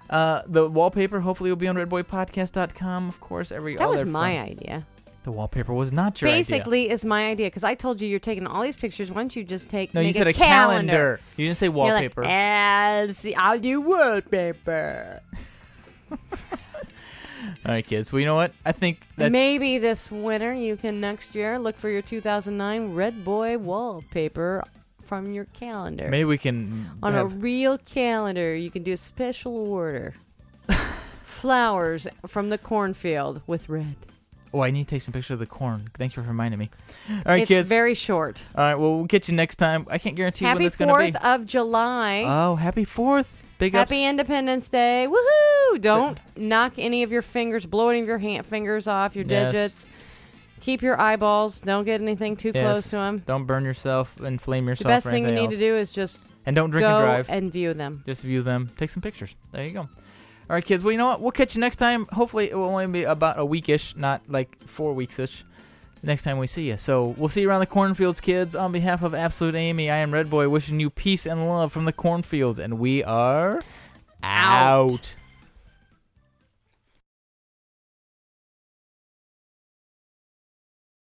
[SPEAKER 6] Uh, the wallpaper hopefully will be on redboypodcast.com. Of course, every
[SPEAKER 1] That
[SPEAKER 6] all
[SPEAKER 1] was
[SPEAKER 6] their
[SPEAKER 1] my
[SPEAKER 6] fun-
[SPEAKER 1] idea.
[SPEAKER 6] The wallpaper was not your idea.
[SPEAKER 1] Basically, is my idea because I told you you're taking all these pictures. Why don't you just take?
[SPEAKER 6] No, you
[SPEAKER 1] make
[SPEAKER 6] said
[SPEAKER 1] a,
[SPEAKER 6] a calendar. You didn't say
[SPEAKER 1] You're
[SPEAKER 6] wallpaper.
[SPEAKER 1] Like, I'll see. I'll do wallpaper.
[SPEAKER 6] All right, kids. Well, you know what? I think that's
[SPEAKER 1] Maybe this winter you can next year look for your 2009 Red Boy wallpaper from your calendar.
[SPEAKER 6] Maybe we can
[SPEAKER 1] on a
[SPEAKER 6] have-
[SPEAKER 1] real calendar. You can do a special order. Flowers from the cornfield with red.
[SPEAKER 6] Oh, I need to take some picture of the corn. Thank you for reminding me. All right,
[SPEAKER 1] It's
[SPEAKER 6] kids.
[SPEAKER 1] very short.
[SPEAKER 6] All right. Well, we'll get you next time. I can't guarantee
[SPEAKER 1] Happy
[SPEAKER 6] when it's going to
[SPEAKER 1] Fourth
[SPEAKER 6] be.
[SPEAKER 1] of July.
[SPEAKER 6] oh, happy Fourth! Big ups.
[SPEAKER 1] Happy Independence Day. Woohoo! Don't knock any of your fingers, blow any of your hand fingers off, your
[SPEAKER 6] Yes.
[SPEAKER 1] digits. Keep your eyeballs. Don't get anything too
[SPEAKER 6] Yes.
[SPEAKER 1] close to them.
[SPEAKER 6] Don't burn yourself, inflame
[SPEAKER 1] The
[SPEAKER 6] yourself.
[SPEAKER 1] best
[SPEAKER 6] or
[SPEAKER 1] thing you
[SPEAKER 6] anything
[SPEAKER 1] need to
[SPEAKER 6] else.
[SPEAKER 1] do is just
[SPEAKER 6] And don't drink
[SPEAKER 1] go
[SPEAKER 6] and drive.
[SPEAKER 1] and view them.
[SPEAKER 6] Just view them. Take some pictures. There you go. All right, kids. Well, you know what? We'll catch you next time. Hopefully, it will only be about a weekish, not like four weeks ish. Next time we see you. So we'll see you around the cornfields, kids. On behalf of Absolute Amy, I am Red Boy, wishing you peace and love from the cornfields, and we are out.